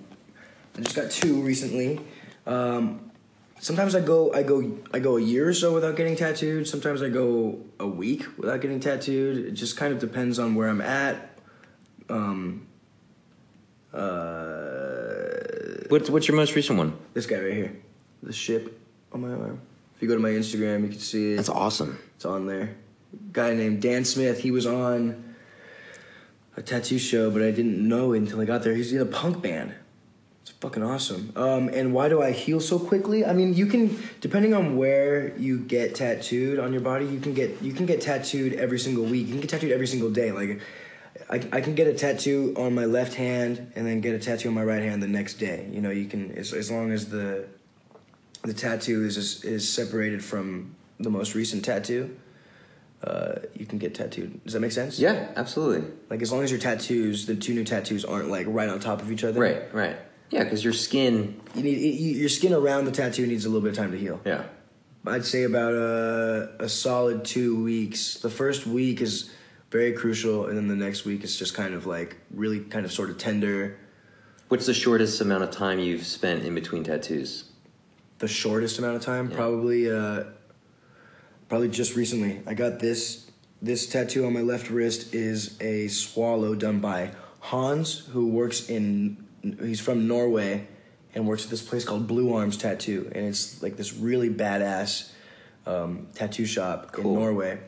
[SPEAKER 1] I just got two recently. Um, sometimes I go, I go, I go a year or so without getting tattooed. Sometimes I go a week without getting tattooed. It just kind of depends on where I'm at. Um, uh,
[SPEAKER 3] What's what's your most recent one?
[SPEAKER 1] this guy right here, the ship on my arm. If you go to my Instagram, you can see it.
[SPEAKER 3] That's awesome.
[SPEAKER 1] It's on there. Guy named Dan Smith. He was on a tattoo show, but I didn't know it until I got there. He's in a punk band. It's fucking awesome. Um, and why do I heal so quickly? I mean, you can depending on where you get tattooed on your body, you can get you can get tattooed every single week. You can get tattooed every single day. Like, I, I can get a tattoo on my left hand and then get a tattoo on my right hand the next day. You know, you can as, as long as the the tattoo is is, is separated from the most recent tattoo. Uh, you can get tattooed. Does that make sense?
[SPEAKER 2] Yeah, absolutely.
[SPEAKER 1] Like as long as your tattoos, the two new tattoos aren't like right on top of each other.
[SPEAKER 2] Right, right. Yeah, because your skin.
[SPEAKER 1] You need y y- your skin around the tattoo needs a little bit of time to heal.
[SPEAKER 2] Yeah.
[SPEAKER 1] I'd say about a, a solid two weeks. The first week is very crucial, and then the next week is just kind of like really kind of sort of tender.
[SPEAKER 2] What's the shortest amount of time you've spent in between tattoos?
[SPEAKER 1] The shortest amount of time, probably uh, probably just recently. I got this this tattoo on my left wrist is a swallow done by Hans, who works in he's from Norway and works at this place called Blue Arms Tattoo, and it's like this really badass um, tattoo shop
[SPEAKER 2] Cool.
[SPEAKER 1] in Norway.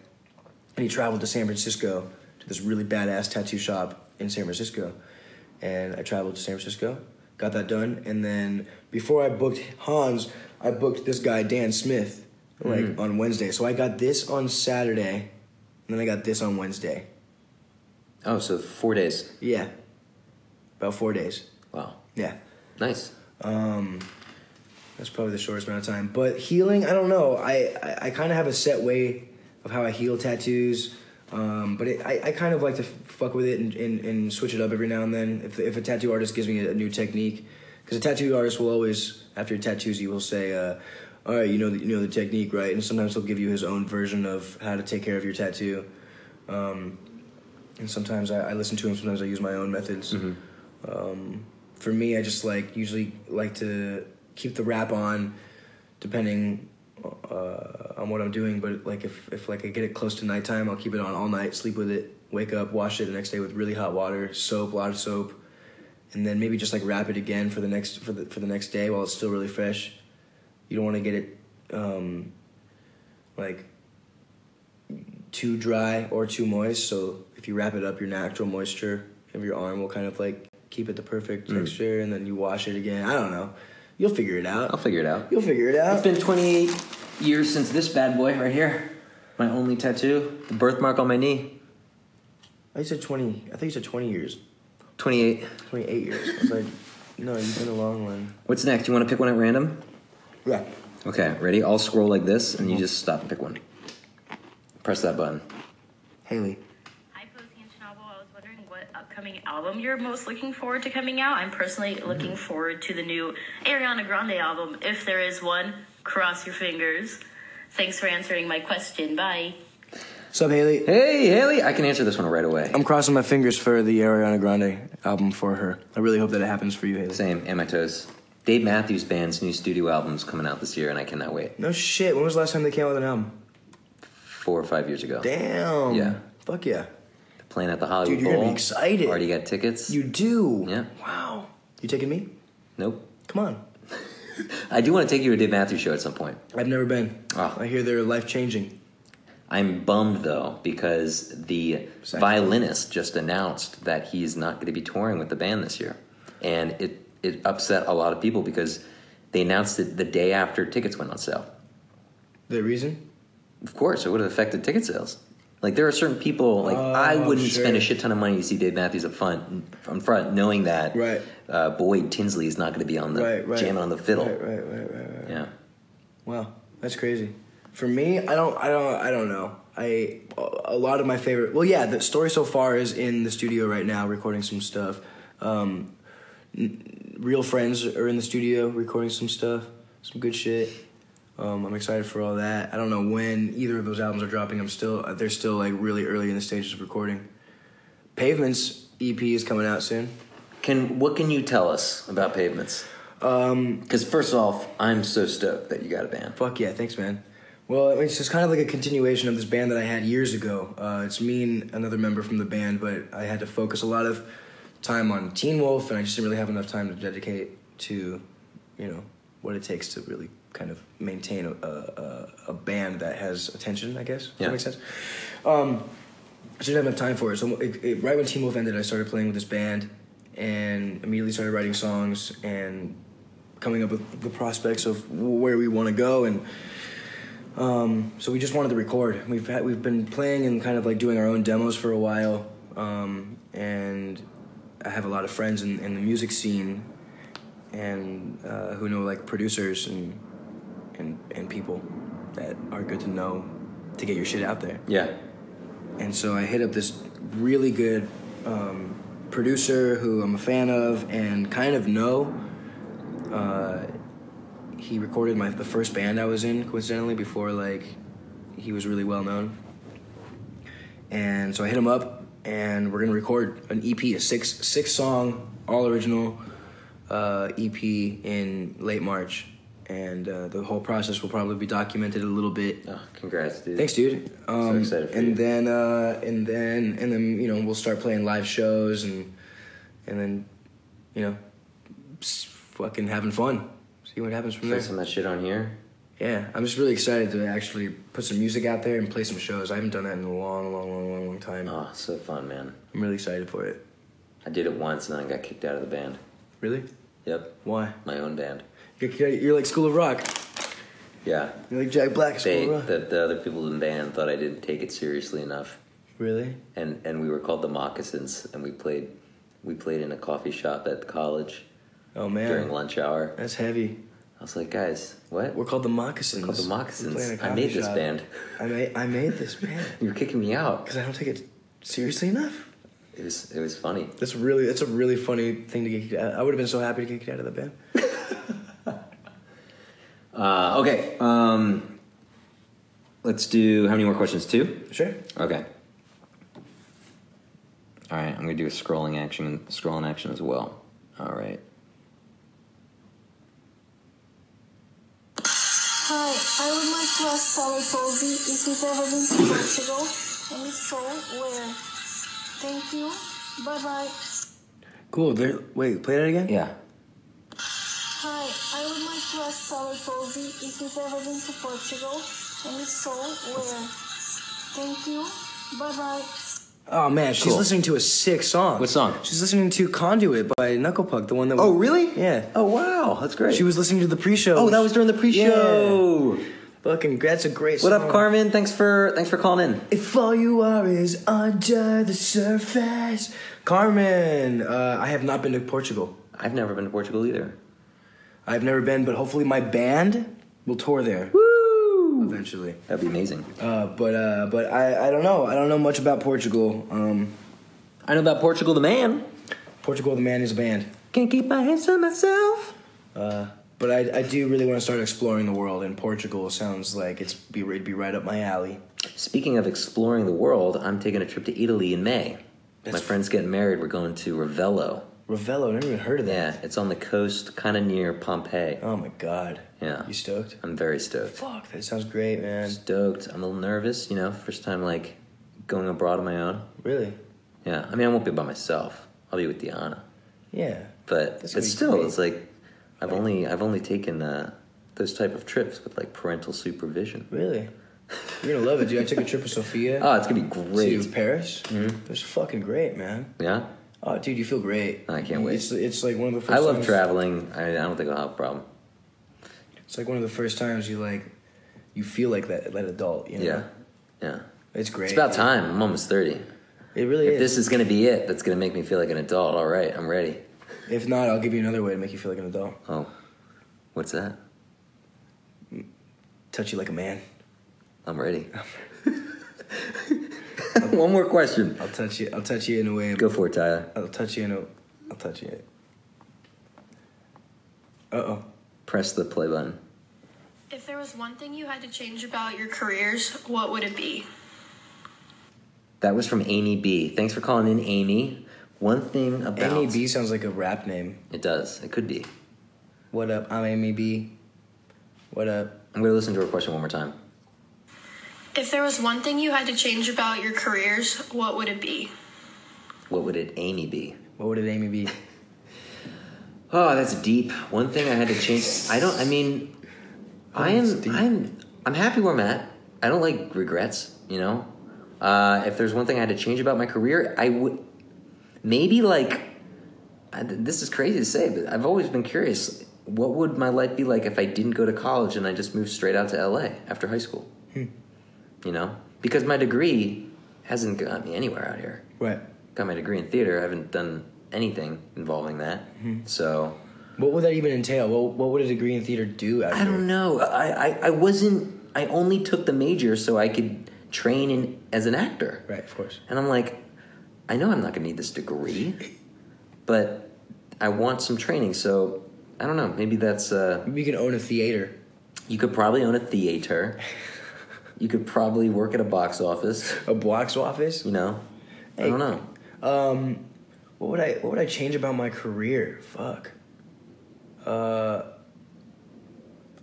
[SPEAKER 1] And he traveled to San Francisco to this really badass tattoo shop in San Francisco, and I traveled to San Francisco, got that done, and then before I booked Hans, I booked this guy Dan Smith like on Wednesday. So I got this on Saturday, and then I got this on Wednesday.
[SPEAKER 2] Oh, so four days.
[SPEAKER 1] Yeah, about four days.
[SPEAKER 2] Wow.
[SPEAKER 1] Yeah.
[SPEAKER 2] Nice.
[SPEAKER 1] Um, that's probably the shortest amount of time. But healing, I don't know. I I, I kind of have a set way of how I heal tattoos. Um, but it, I, I kind of like to f- fuck with it and, and, and switch it up every now and then. If, if a tattoo artist gives me a, new technique, because a tattoo artist will always, after your tattoos, you will say, uh, "All right, you know the, you know the technique, right?" And sometimes he'll give you his own version of how to take care of your tattoo. Um, and sometimes I, I listen to him. Sometimes I use my own methods um, for me i just like usually like to keep the wrap on depending uh, on what i'm doing but like if, if like i get it close to nighttime i'll keep it on all night sleep with it wake up wash it the next day with really hot water soap a lot of soap and then maybe just like wrap it again for the next for the for the next day while it's still really fresh you don't want to get it um, like too dry or too moist. So if you wrap it up, your natural moisture of your arm will kind of like keep it the perfect texture, and then you wash it again. I don't know. You'll figure it
[SPEAKER 2] I'll
[SPEAKER 1] out.
[SPEAKER 2] figure it out.
[SPEAKER 1] You'll figure it out.
[SPEAKER 2] It's been 28 years since this bad boy right here. My only tattoo, the birthmark on my knee,
[SPEAKER 1] I said twenty. I think you said twenty years,
[SPEAKER 2] 28.
[SPEAKER 1] twenty eight years. I was like, no, you've been a long one.
[SPEAKER 2] What's next? You want to pick one at random?
[SPEAKER 1] Yeah.
[SPEAKER 2] Okay, ready? I'll scroll like this, and you just stop and pick one. Press that button.
[SPEAKER 1] Haley.
[SPEAKER 8] Hi, Posey and Chernobyl. I was wondering what upcoming album you're most looking forward to coming out. I'm personally looking forward to the new Ariana Grande album, if there is one. Cross your fingers. Thanks for answering my question. Bye.
[SPEAKER 1] Sup, Haley.
[SPEAKER 2] Hey, Haley, I can answer this one right away.
[SPEAKER 1] I'm crossing my fingers for the Ariana Grande album for her. I really hope that it happens for you, Haley.
[SPEAKER 2] Same, and my toes. Dave Matthews Band's new studio album's coming out this year, and I cannot wait.
[SPEAKER 1] No shit. When was the last time they came out with an album?
[SPEAKER 2] Four or five years ago.
[SPEAKER 1] Damn.
[SPEAKER 2] Yeah.
[SPEAKER 1] Fuck yeah.
[SPEAKER 2] Playing at the Hollywood
[SPEAKER 1] Dude, you're gonna
[SPEAKER 2] Bowl.
[SPEAKER 1] be excited.
[SPEAKER 2] Already got tickets.
[SPEAKER 1] You do.
[SPEAKER 2] Yeah.
[SPEAKER 1] Wow. You taking me?
[SPEAKER 2] nope.
[SPEAKER 1] Come on.
[SPEAKER 2] I do want to take you to a Dave Matthews show at some point.
[SPEAKER 1] I've never been.
[SPEAKER 2] Oh.
[SPEAKER 1] I hear they're life changing.
[SPEAKER 2] I'm bummed though because the
[SPEAKER 1] Sad.
[SPEAKER 2] violinist just announced that he's not going to be touring with the band this year, and it it upset a lot of people because they announced it the day after tickets went on sale.
[SPEAKER 1] The reason?
[SPEAKER 2] Of course, it would have affected ticket sales. Like there are certain people like I
[SPEAKER 1] Oh,
[SPEAKER 2] wouldn't
[SPEAKER 1] sure.
[SPEAKER 2] spend a shit ton of money to see Dave Matthews up front, on front, knowing that
[SPEAKER 1] Right.
[SPEAKER 2] uh, Boyd Tinsley is not going to be on the
[SPEAKER 1] right, right.
[SPEAKER 2] jamming on the fiddle.
[SPEAKER 1] Right, right, right, right, right.
[SPEAKER 2] Yeah.
[SPEAKER 1] Wow, that's crazy. For me, I don't, I don't, I don't know. I a lot of my favorite. Well, yeah, the story so far is in the studio right now, recording some stuff. Um, n- real friends are in the studio recording some stuff, some good shit. Um, I'm excited for all that. I don't know when either of those albums are dropping. I'm still, they're still like really early in the stages of recording. Pavements EP is coming out soon.
[SPEAKER 2] Can what can you tell us about pavements?
[SPEAKER 1] Um,
[SPEAKER 2] Because first off, I'm so stoked that you got a band.
[SPEAKER 1] Fuck yeah, thanks, man. Well, it's just kind of like a continuation of this band that I had years ago. Uh, it's me and another member from the band, but I had to focus a lot of time on Teen Wolf, and I just didn't really have enough time to dedicate to, you know, what it takes to really kind of maintain a, a, a band that has attention, I guess. Does
[SPEAKER 2] Yeah.
[SPEAKER 1] that make sense? Um, I just didn't have enough time for it. So it, it, right when Teen Wolf ended, I started playing with this band and immediately started writing songs and coming up with the prospects of where we want to go and um, so we just wanted to record. We've had, we've been playing and kind of like doing our own demos for a while, um, and I have a lot of friends in, in the music scene, and uh, who know like producers and and and people that are good to know to get your shit out there
[SPEAKER 2] Yeah.
[SPEAKER 1] and so I hit up this really good um, producer who I'm a fan of and kind of know. Uh, he recorded my the first band I was in, coincidentally, before like he was really well known. And so I hit him up, and we're gonna record an EP, a six six song all original uh, EP in late March, and uh, the whole process will probably be documented a little bit.
[SPEAKER 2] Oh, congrats, dude.
[SPEAKER 1] Thanks, dude. Um,
[SPEAKER 2] excited for
[SPEAKER 1] and
[SPEAKER 2] you.
[SPEAKER 1] then uh, and then and then you know we'll start playing live shows and and then you know s- fucking having fun. See what happens from
[SPEAKER 2] Put
[SPEAKER 1] there.
[SPEAKER 2] some of that shit on here.
[SPEAKER 1] Yeah, I'm just really excited to actually put some music out there and play some shows. I haven't done that in a long, long, long, long, long time.
[SPEAKER 2] Oh, so fun, man.
[SPEAKER 1] I'm really excited for it.
[SPEAKER 2] I did it once and then I got kicked out of the band.
[SPEAKER 1] Really?
[SPEAKER 2] Yep.
[SPEAKER 1] Why?
[SPEAKER 2] My own band.
[SPEAKER 1] You're, you're like School of Rock.
[SPEAKER 2] Yeah.
[SPEAKER 1] You're like Jack Black. at School
[SPEAKER 2] They,
[SPEAKER 1] of Rock.
[SPEAKER 2] the, the other people in the band thought I didn't take it seriously enough.
[SPEAKER 1] really?
[SPEAKER 2] And, and we were called the Moccasins and we played we played in a coffee shop at college
[SPEAKER 1] Oh
[SPEAKER 2] during
[SPEAKER 1] man,
[SPEAKER 2] lunch hour.
[SPEAKER 1] that's heavy.
[SPEAKER 2] I was like, guys, what?
[SPEAKER 1] We're called the Moccasins.
[SPEAKER 2] called the
[SPEAKER 1] We play in
[SPEAKER 2] Moccasins.
[SPEAKER 1] a
[SPEAKER 2] I
[SPEAKER 1] coffee
[SPEAKER 2] made this
[SPEAKER 1] shop.
[SPEAKER 2] band.
[SPEAKER 1] I made I made this band.
[SPEAKER 2] You're kicking me out.
[SPEAKER 1] because I don't take it seriously enough.
[SPEAKER 2] It was it was funny.
[SPEAKER 1] That's really that's a really funny thing to get. kicked out. I would have been so happy to get kicked out of the band.
[SPEAKER 2] Uh, okay. Um, let's do how many more questions? Two.
[SPEAKER 1] Sure.
[SPEAKER 2] Okay. All right, I'm gonna do a scrolling action, scrolling action as well. All right.
[SPEAKER 9] Hi, I would like to ask Sally Posey if he's ever been to Portugal, and if so, where. Thank you. Bye bye.
[SPEAKER 1] Cool. There, wait, play that again.
[SPEAKER 2] Yeah.
[SPEAKER 9] Hi, I would like to ask Sally Posey if he's ever been to Portugal, and if so, where. Thank you. Bye bye.
[SPEAKER 1] Oh man, she's
[SPEAKER 2] Cool.
[SPEAKER 1] listening to a sick song.
[SPEAKER 2] What song?
[SPEAKER 1] She's listening to "Conduit" by Knucklepuck, the one that. we-
[SPEAKER 2] really?
[SPEAKER 1] Yeah.
[SPEAKER 2] Oh wow, that's great.
[SPEAKER 1] She was listening to the pre-show.
[SPEAKER 2] Oh, that was during the pre-show.
[SPEAKER 1] Fucking, that's a great.
[SPEAKER 2] What up,
[SPEAKER 1] song.
[SPEAKER 2] Carmen? Thanks for thanks for calling in.
[SPEAKER 1] If all you are is under the surface, Carmen. Uh, I have not been to Portugal.
[SPEAKER 2] I've never been to Portugal either.
[SPEAKER 1] I've never been, but hopefully my band will tour there
[SPEAKER 2] Woo!
[SPEAKER 1] eventually.
[SPEAKER 2] That'd be amazing.
[SPEAKER 1] Uh, but uh, but I, I don't know. I don't know much about Portugal. Um,
[SPEAKER 2] I know about Portugal the man.
[SPEAKER 1] Portugal, the man is a band.
[SPEAKER 2] Can't keep my hands to myself.
[SPEAKER 1] Uh, but I, I do really want to start exploring the world, and Portugal sounds like it's be, it'd be right up my alley.
[SPEAKER 2] Speaking of exploring the world, I'm taking a trip to Italy in May. my
[SPEAKER 1] That's-
[SPEAKER 2] friend's getting married. We're going to Ravello.
[SPEAKER 1] Ravello, never even heard of that.
[SPEAKER 2] Yeah, it's on the coast, kind of near Pompeii.
[SPEAKER 1] Oh my god.
[SPEAKER 2] Yeah.
[SPEAKER 1] You stoked?
[SPEAKER 2] I'm very stoked.
[SPEAKER 1] Fuck, that sounds great, man.
[SPEAKER 2] Stoked. I'm a little nervous, you know, first time like going abroad on my own.
[SPEAKER 1] Really?
[SPEAKER 2] Yeah, I mean, I won't be by myself. I'll be with Diana.
[SPEAKER 1] Yeah.
[SPEAKER 2] But
[SPEAKER 1] That's
[SPEAKER 2] but
[SPEAKER 1] gonna be
[SPEAKER 2] still,
[SPEAKER 1] great.
[SPEAKER 2] it's like I've only I've only taken uh, those type of trips with like parental supervision.
[SPEAKER 1] Really? You're gonna love it, dude. I took a trip with Sophia
[SPEAKER 2] Oh, Mm-hmm. it's gonna be
[SPEAKER 1] to
[SPEAKER 2] great.
[SPEAKER 1] Paris. It was fucking great, man.
[SPEAKER 2] Yeah,
[SPEAKER 1] Oh, dude, you feel great.
[SPEAKER 2] I can't wait.
[SPEAKER 1] It's, it's like one of the first
[SPEAKER 2] I love
[SPEAKER 1] times-
[SPEAKER 2] traveling. I, I don't think I'll have a problem.
[SPEAKER 1] It's like one of the first times you like, you feel like that, that adult, you know?
[SPEAKER 2] Yeah, yeah.
[SPEAKER 1] It's great.
[SPEAKER 2] It's about time. I'm almost thirty.
[SPEAKER 1] It really
[SPEAKER 2] If
[SPEAKER 1] is.
[SPEAKER 2] this is gonna be it, that's gonna make me feel like an adult. All right, I'm ready.
[SPEAKER 1] if not, I'll give you another way to make you feel like an adult.
[SPEAKER 2] Oh, what's that?
[SPEAKER 1] Touch you like a man.
[SPEAKER 2] I'm ready. One more question.
[SPEAKER 1] I'll touch you. I'll touch you in a way.
[SPEAKER 2] Go for it, Tyler.
[SPEAKER 1] I'll touch you in a. I'll touch you. Uh oh.
[SPEAKER 2] Press the play button.
[SPEAKER 9] If there was one thing you had to change about your careers, what would it be?
[SPEAKER 2] That was from Amy B. Thanks for calling in, Amy. One thing about
[SPEAKER 1] Amy B sounds like a rap name.
[SPEAKER 2] It does. It could be.
[SPEAKER 1] What up? I'm Amy B. What up?
[SPEAKER 2] I'm gonna listen to her question one more time.
[SPEAKER 9] If there was one thing you had to change about your careers, what would it be?
[SPEAKER 2] What would it Amy be?
[SPEAKER 1] What would it Amy be?
[SPEAKER 2] Oh, that's deep. One thing I had to change. I don't. I mean, I am. I'm. I'm happy where I'm at. I don't like regrets. You know, uh, if there's one thing I had to change about my career, I would maybe like. I, this is crazy to say, but I've always been curious. What would my life be like if I didn't go to college and I just moved straight out to LA after high school? You know, because my degree hasn't got me anywhere out here
[SPEAKER 1] Right.
[SPEAKER 2] got my degree in theater. I haven't done anything involving that. So
[SPEAKER 1] What would that even entail? What, what would a degree in theater do? Out
[SPEAKER 2] I don't know. I, I, I wasn't. I only took the major so I could train in, as an actor.
[SPEAKER 1] Right, of course.
[SPEAKER 2] And I'm like, I know I'm not gonna need this degree, but I want some training. So I don't know. Maybe that's. Uh,
[SPEAKER 1] Maybe you can own a theater.
[SPEAKER 2] you could probably own a theater. you could probably work at a box office.
[SPEAKER 1] A box office.
[SPEAKER 2] You know. I
[SPEAKER 1] Hey.
[SPEAKER 2] don't know.
[SPEAKER 1] Um, what would I what would I change about my career? Fuck. Uh,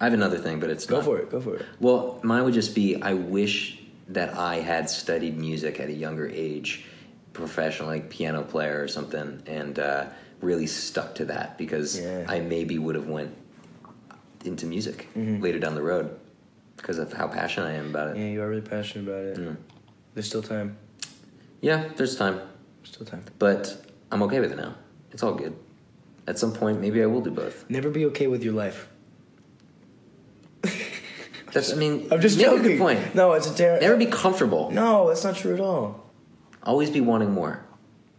[SPEAKER 2] I have another thing, but it's
[SPEAKER 1] go
[SPEAKER 2] not-
[SPEAKER 1] for it. Go for it.
[SPEAKER 2] Well, mine would just be I wish that I had studied music at a younger age, professional, like piano player or something, and uh, really stuck to that because
[SPEAKER 1] Yeah.
[SPEAKER 2] I maybe would have went into music later down the road because of how passionate I am about it.
[SPEAKER 1] Mm-hmm. Yeah, you are really passionate about it.
[SPEAKER 2] Mm.
[SPEAKER 1] There's still time.
[SPEAKER 2] Yeah, there's time,
[SPEAKER 1] Still time.
[SPEAKER 2] but I'm okay with it now. It's all good. At some point, maybe I will do both.
[SPEAKER 1] Never be okay with your life.
[SPEAKER 2] That's, I mean,
[SPEAKER 1] I'm just
[SPEAKER 2] make
[SPEAKER 1] joking.
[SPEAKER 2] a good point.
[SPEAKER 1] No, it's a terrible.
[SPEAKER 2] Never be comfortable.
[SPEAKER 1] No, that's not true at all.
[SPEAKER 2] Always be wanting more.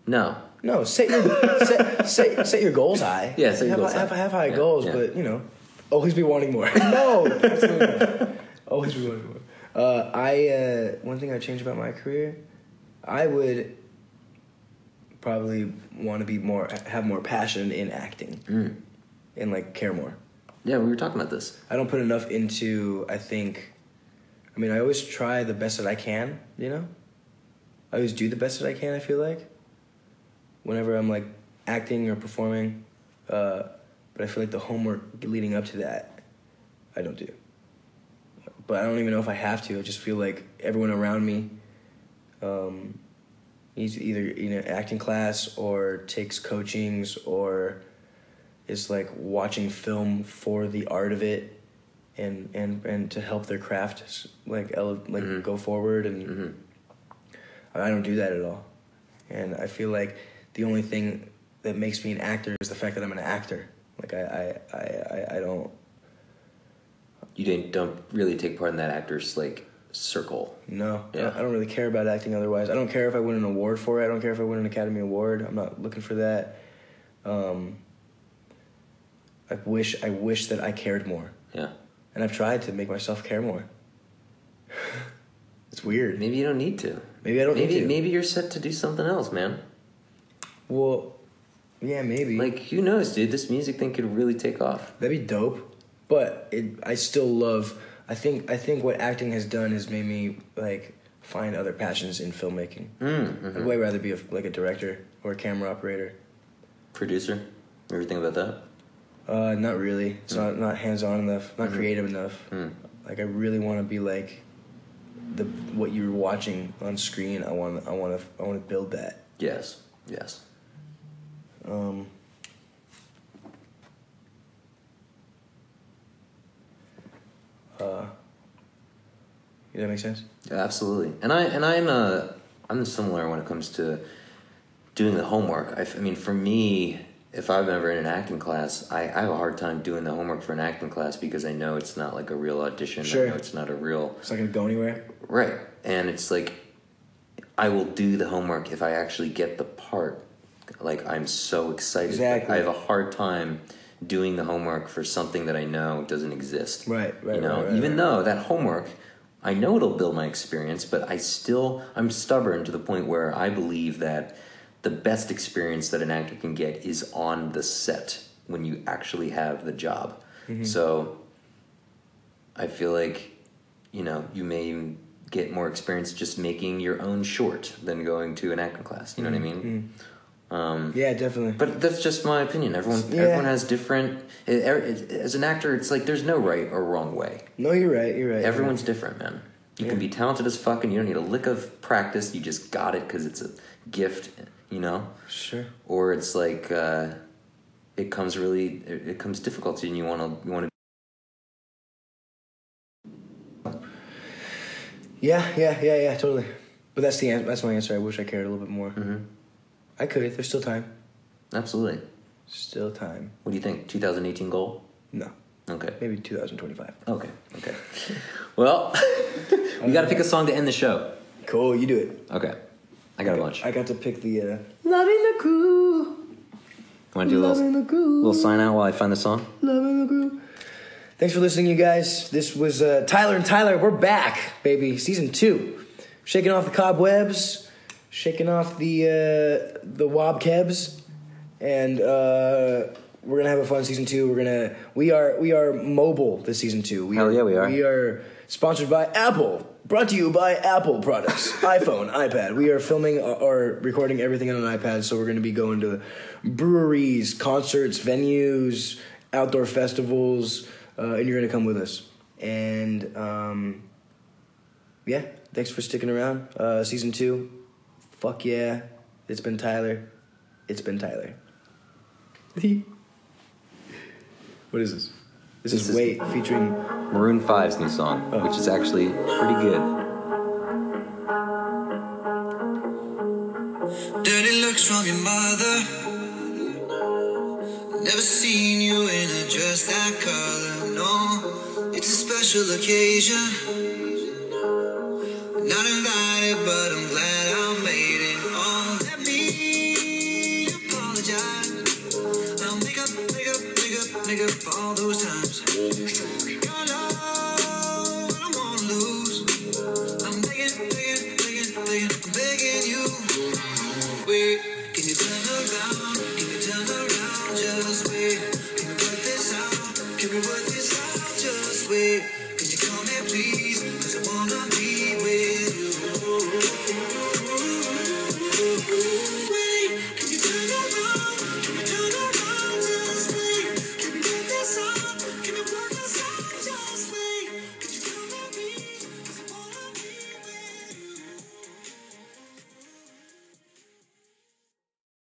[SPEAKER 2] No,
[SPEAKER 1] No, set your set, set, set your goals high.
[SPEAKER 2] Yeah, set your
[SPEAKER 1] have,
[SPEAKER 2] goals
[SPEAKER 1] have,
[SPEAKER 2] high.
[SPEAKER 1] have high
[SPEAKER 2] Yeah,
[SPEAKER 1] goals,
[SPEAKER 2] yeah.
[SPEAKER 1] but you know, always be wanting more. no, absolutely not. always be wanting more. Uh, I uh, one thing I changed about my career, I would probably want to be more have more passion in acting,
[SPEAKER 2] Mm.
[SPEAKER 1] and like care more.
[SPEAKER 2] yeah, we were talking about this.
[SPEAKER 1] I don't put enough into. I think, I mean, I always try the best that I can. You know, I always do the best that I can. I feel like. Whenever I'm like acting or performing, uh, but I feel like the homework leading up to that, I don't do. But I don't even know if I have to. I just feel like everyone around me, um, needs either you know acting class or takes coachings or is like watching film for the art of it and and and to help their craft s- like ele- like
[SPEAKER 2] Mm-hmm.
[SPEAKER 1] go forward and I don't do that at all and I feel like the only thing that makes me an actor is the fact that I'm an actor like I I I, I, I don't
[SPEAKER 2] you didn't don't really take part in that actor's like circle.
[SPEAKER 1] No, I-
[SPEAKER 2] Yeah.
[SPEAKER 1] I don't really care about acting otherwise. I don't care if I win an award for it. I don't care if I win an Academy Award. I'm not looking for that. Um, I wish I wish that I cared more,
[SPEAKER 2] Yeah,
[SPEAKER 1] and I've tried to make myself care more. it's weird.
[SPEAKER 2] maybe you don't need to.
[SPEAKER 1] Maybe I don't
[SPEAKER 2] Maybe
[SPEAKER 1] need to.
[SPEAKER 2] maybe you're set to do something else, man.
[SPEAKER 1] Well, yeah, maybe.
[SPEAKER 2] Like who knows, dude? This music thing could really take off.
[SPEAKER 1] That'd be dope. But it, I still love. I think I think what acting has done has made me like find other passions in filmmaking. I'd way rather be a, like a director or a camera operator.
[SPEAKER 2] Producer, everything about that.
[SPEAKER 1] Uh, not really. It's not not hands on enough. Not creative enough. Like I really want to be like the what you're watching on screen. I want I want to I want to build that.
[SPEAKER 2] Yes, yes.
[SPEAKER 1] Um, uh, does that make sense?
[SPEAKER 2] Absolutely, and I and I'm uh, I'm similar when it comes to doing the homework. I, f- I mean, for me, if I'm ever in an acting class, I, I have a hard time doing the homework for an acting class because I know it's not like a real audition.
[SPEAKER 1] Sure.
[SPEAKER 2] I know it's not a real
[SPEAKER 1] It's not gonna go anywhere.
[SPEAKER 2] right, and it's like I will do the homework if I actually get the part. Like I'm so excited.
[SPEAKER 1] Exactly.
[SPEAKER 2] I have a hard time doing the homework for something that I know doesn't exist
[SPEAKER 1] Right, right,
[SPEAKER 2] you know
[SPEAKER 1] right, right,
[SPEAKER 2] even
[SPEAKER 1] right.
[SPEAKER 2] though that homework i know it'll build my experience but i still i'm stubborn to the point where i believe that the best experience that an actor can get is on the set when you actually have the job
[SPEAKER 1] Mm-hmm.
[SPEAKER 2] so i feel like you know you may even get more experience just making your own short than going to an acting class you know
[SPEAKER 1] Mm-hmm.
[SPEAKER 2] what i mean
[SPEAKER 1] Yeah, definitely.
[SPEAKER 2] but that's just my opinion everyone
[SPEAKER 1] Yeah.
[SPEAKER 2] everyone has different eh, eh, as an actor it's like there's no right or wrong way
[SPEAKER 1] No, you're right. You're right.
[SPEAKER 2] Everyone's different, man. You can be talented as fuck and you don't need a lick of practice. You just got it because it's a gift, you know?
[SPEAKER 1] sure.
[SPEAKER 2] Or it's like, uh, it comes really, it, it comes difficult to you and you want to, you want to,
[SPEAKER 1] Yeah, yeah, yeah, yeah. Totally. But that's the answer. That's my answer. I wish I cared a little bit more.
[SPEAKER 2] Mm-hmm.
[SPEAKER 1] I could. There's still time.
[SPEAKER 2] absolutely.
[SPEAKER 1] Still time.
[SPEAKER 2] What do you think? 2018 goal?
[SPEAKER 1] No,
[SPEAKER 2] Okay.
[SPEAKER 1] maybe 2025.
[SPEAKER 2] Okay. Okay. Well, we got to pick a song to end the show.
[SPEAKER 1] Cool. You do it.
[SPEAKER 2] Okay. I got a bunch.
[SPEAKER 1] I got to pick the. Uh,
[SPEAKER 2] Loving the crew. Want to do a
[SPEAKER 1] Loving
[SPEAKER 2] little,
[SPEAKER 1] the groove.
[SPEAKER 2] little sign out while I find the song?
[SPEAKER 1] Loving the groove. Thanks for listening, you guys. This was uh, Tyler and Tyler. We're back, baby. Season two, shaking off the cobwebs, shaking off the uh, the wobkebs, and uh, we're gonna have a fun season two. We're gonna we are we are mobile this season two. We
[SPEAKER 2] Hell
[SPEAKER 1] are,
[SPEAKER 2] yeah, we are.
[SPEAKER 1] We are sponsored by Apple. Brought to you by Apple products, iPhone, iPad. We are filming or- or recording everything on an iPad, so we're going to be going to breweries, concerts, venues, outdoor festivals, uh, and you're going to come with us. And um, yeah, thanks for sticking around. Uh, season two, fuck yeah. It's been Tyler. It's been Tyler. what is this? This,
[SPEAKER 2] This
[SPEAKER 1] is,
[SPEAKER 2] is-
[SPEAKER 1] Wait featuring.
[SPEAKER 2] Maroon 5's new song, which is actually pretty good.
[SPEAKER 6] Dirty looks from your mother. Never seen you in a dress that color. No, it's a special occasion. Not invited, but I'm glad I made it. Oh, let me apologize. I'll make up, make up, make up, make up all those times. Your love, I don't wanna lose. I'm begging, begging, begging, begging, I'm begging you. Wait, can you turn around? Can you turn around? Just wait. Can we work this out? Can we work this out? Just wait. Can you call me, please?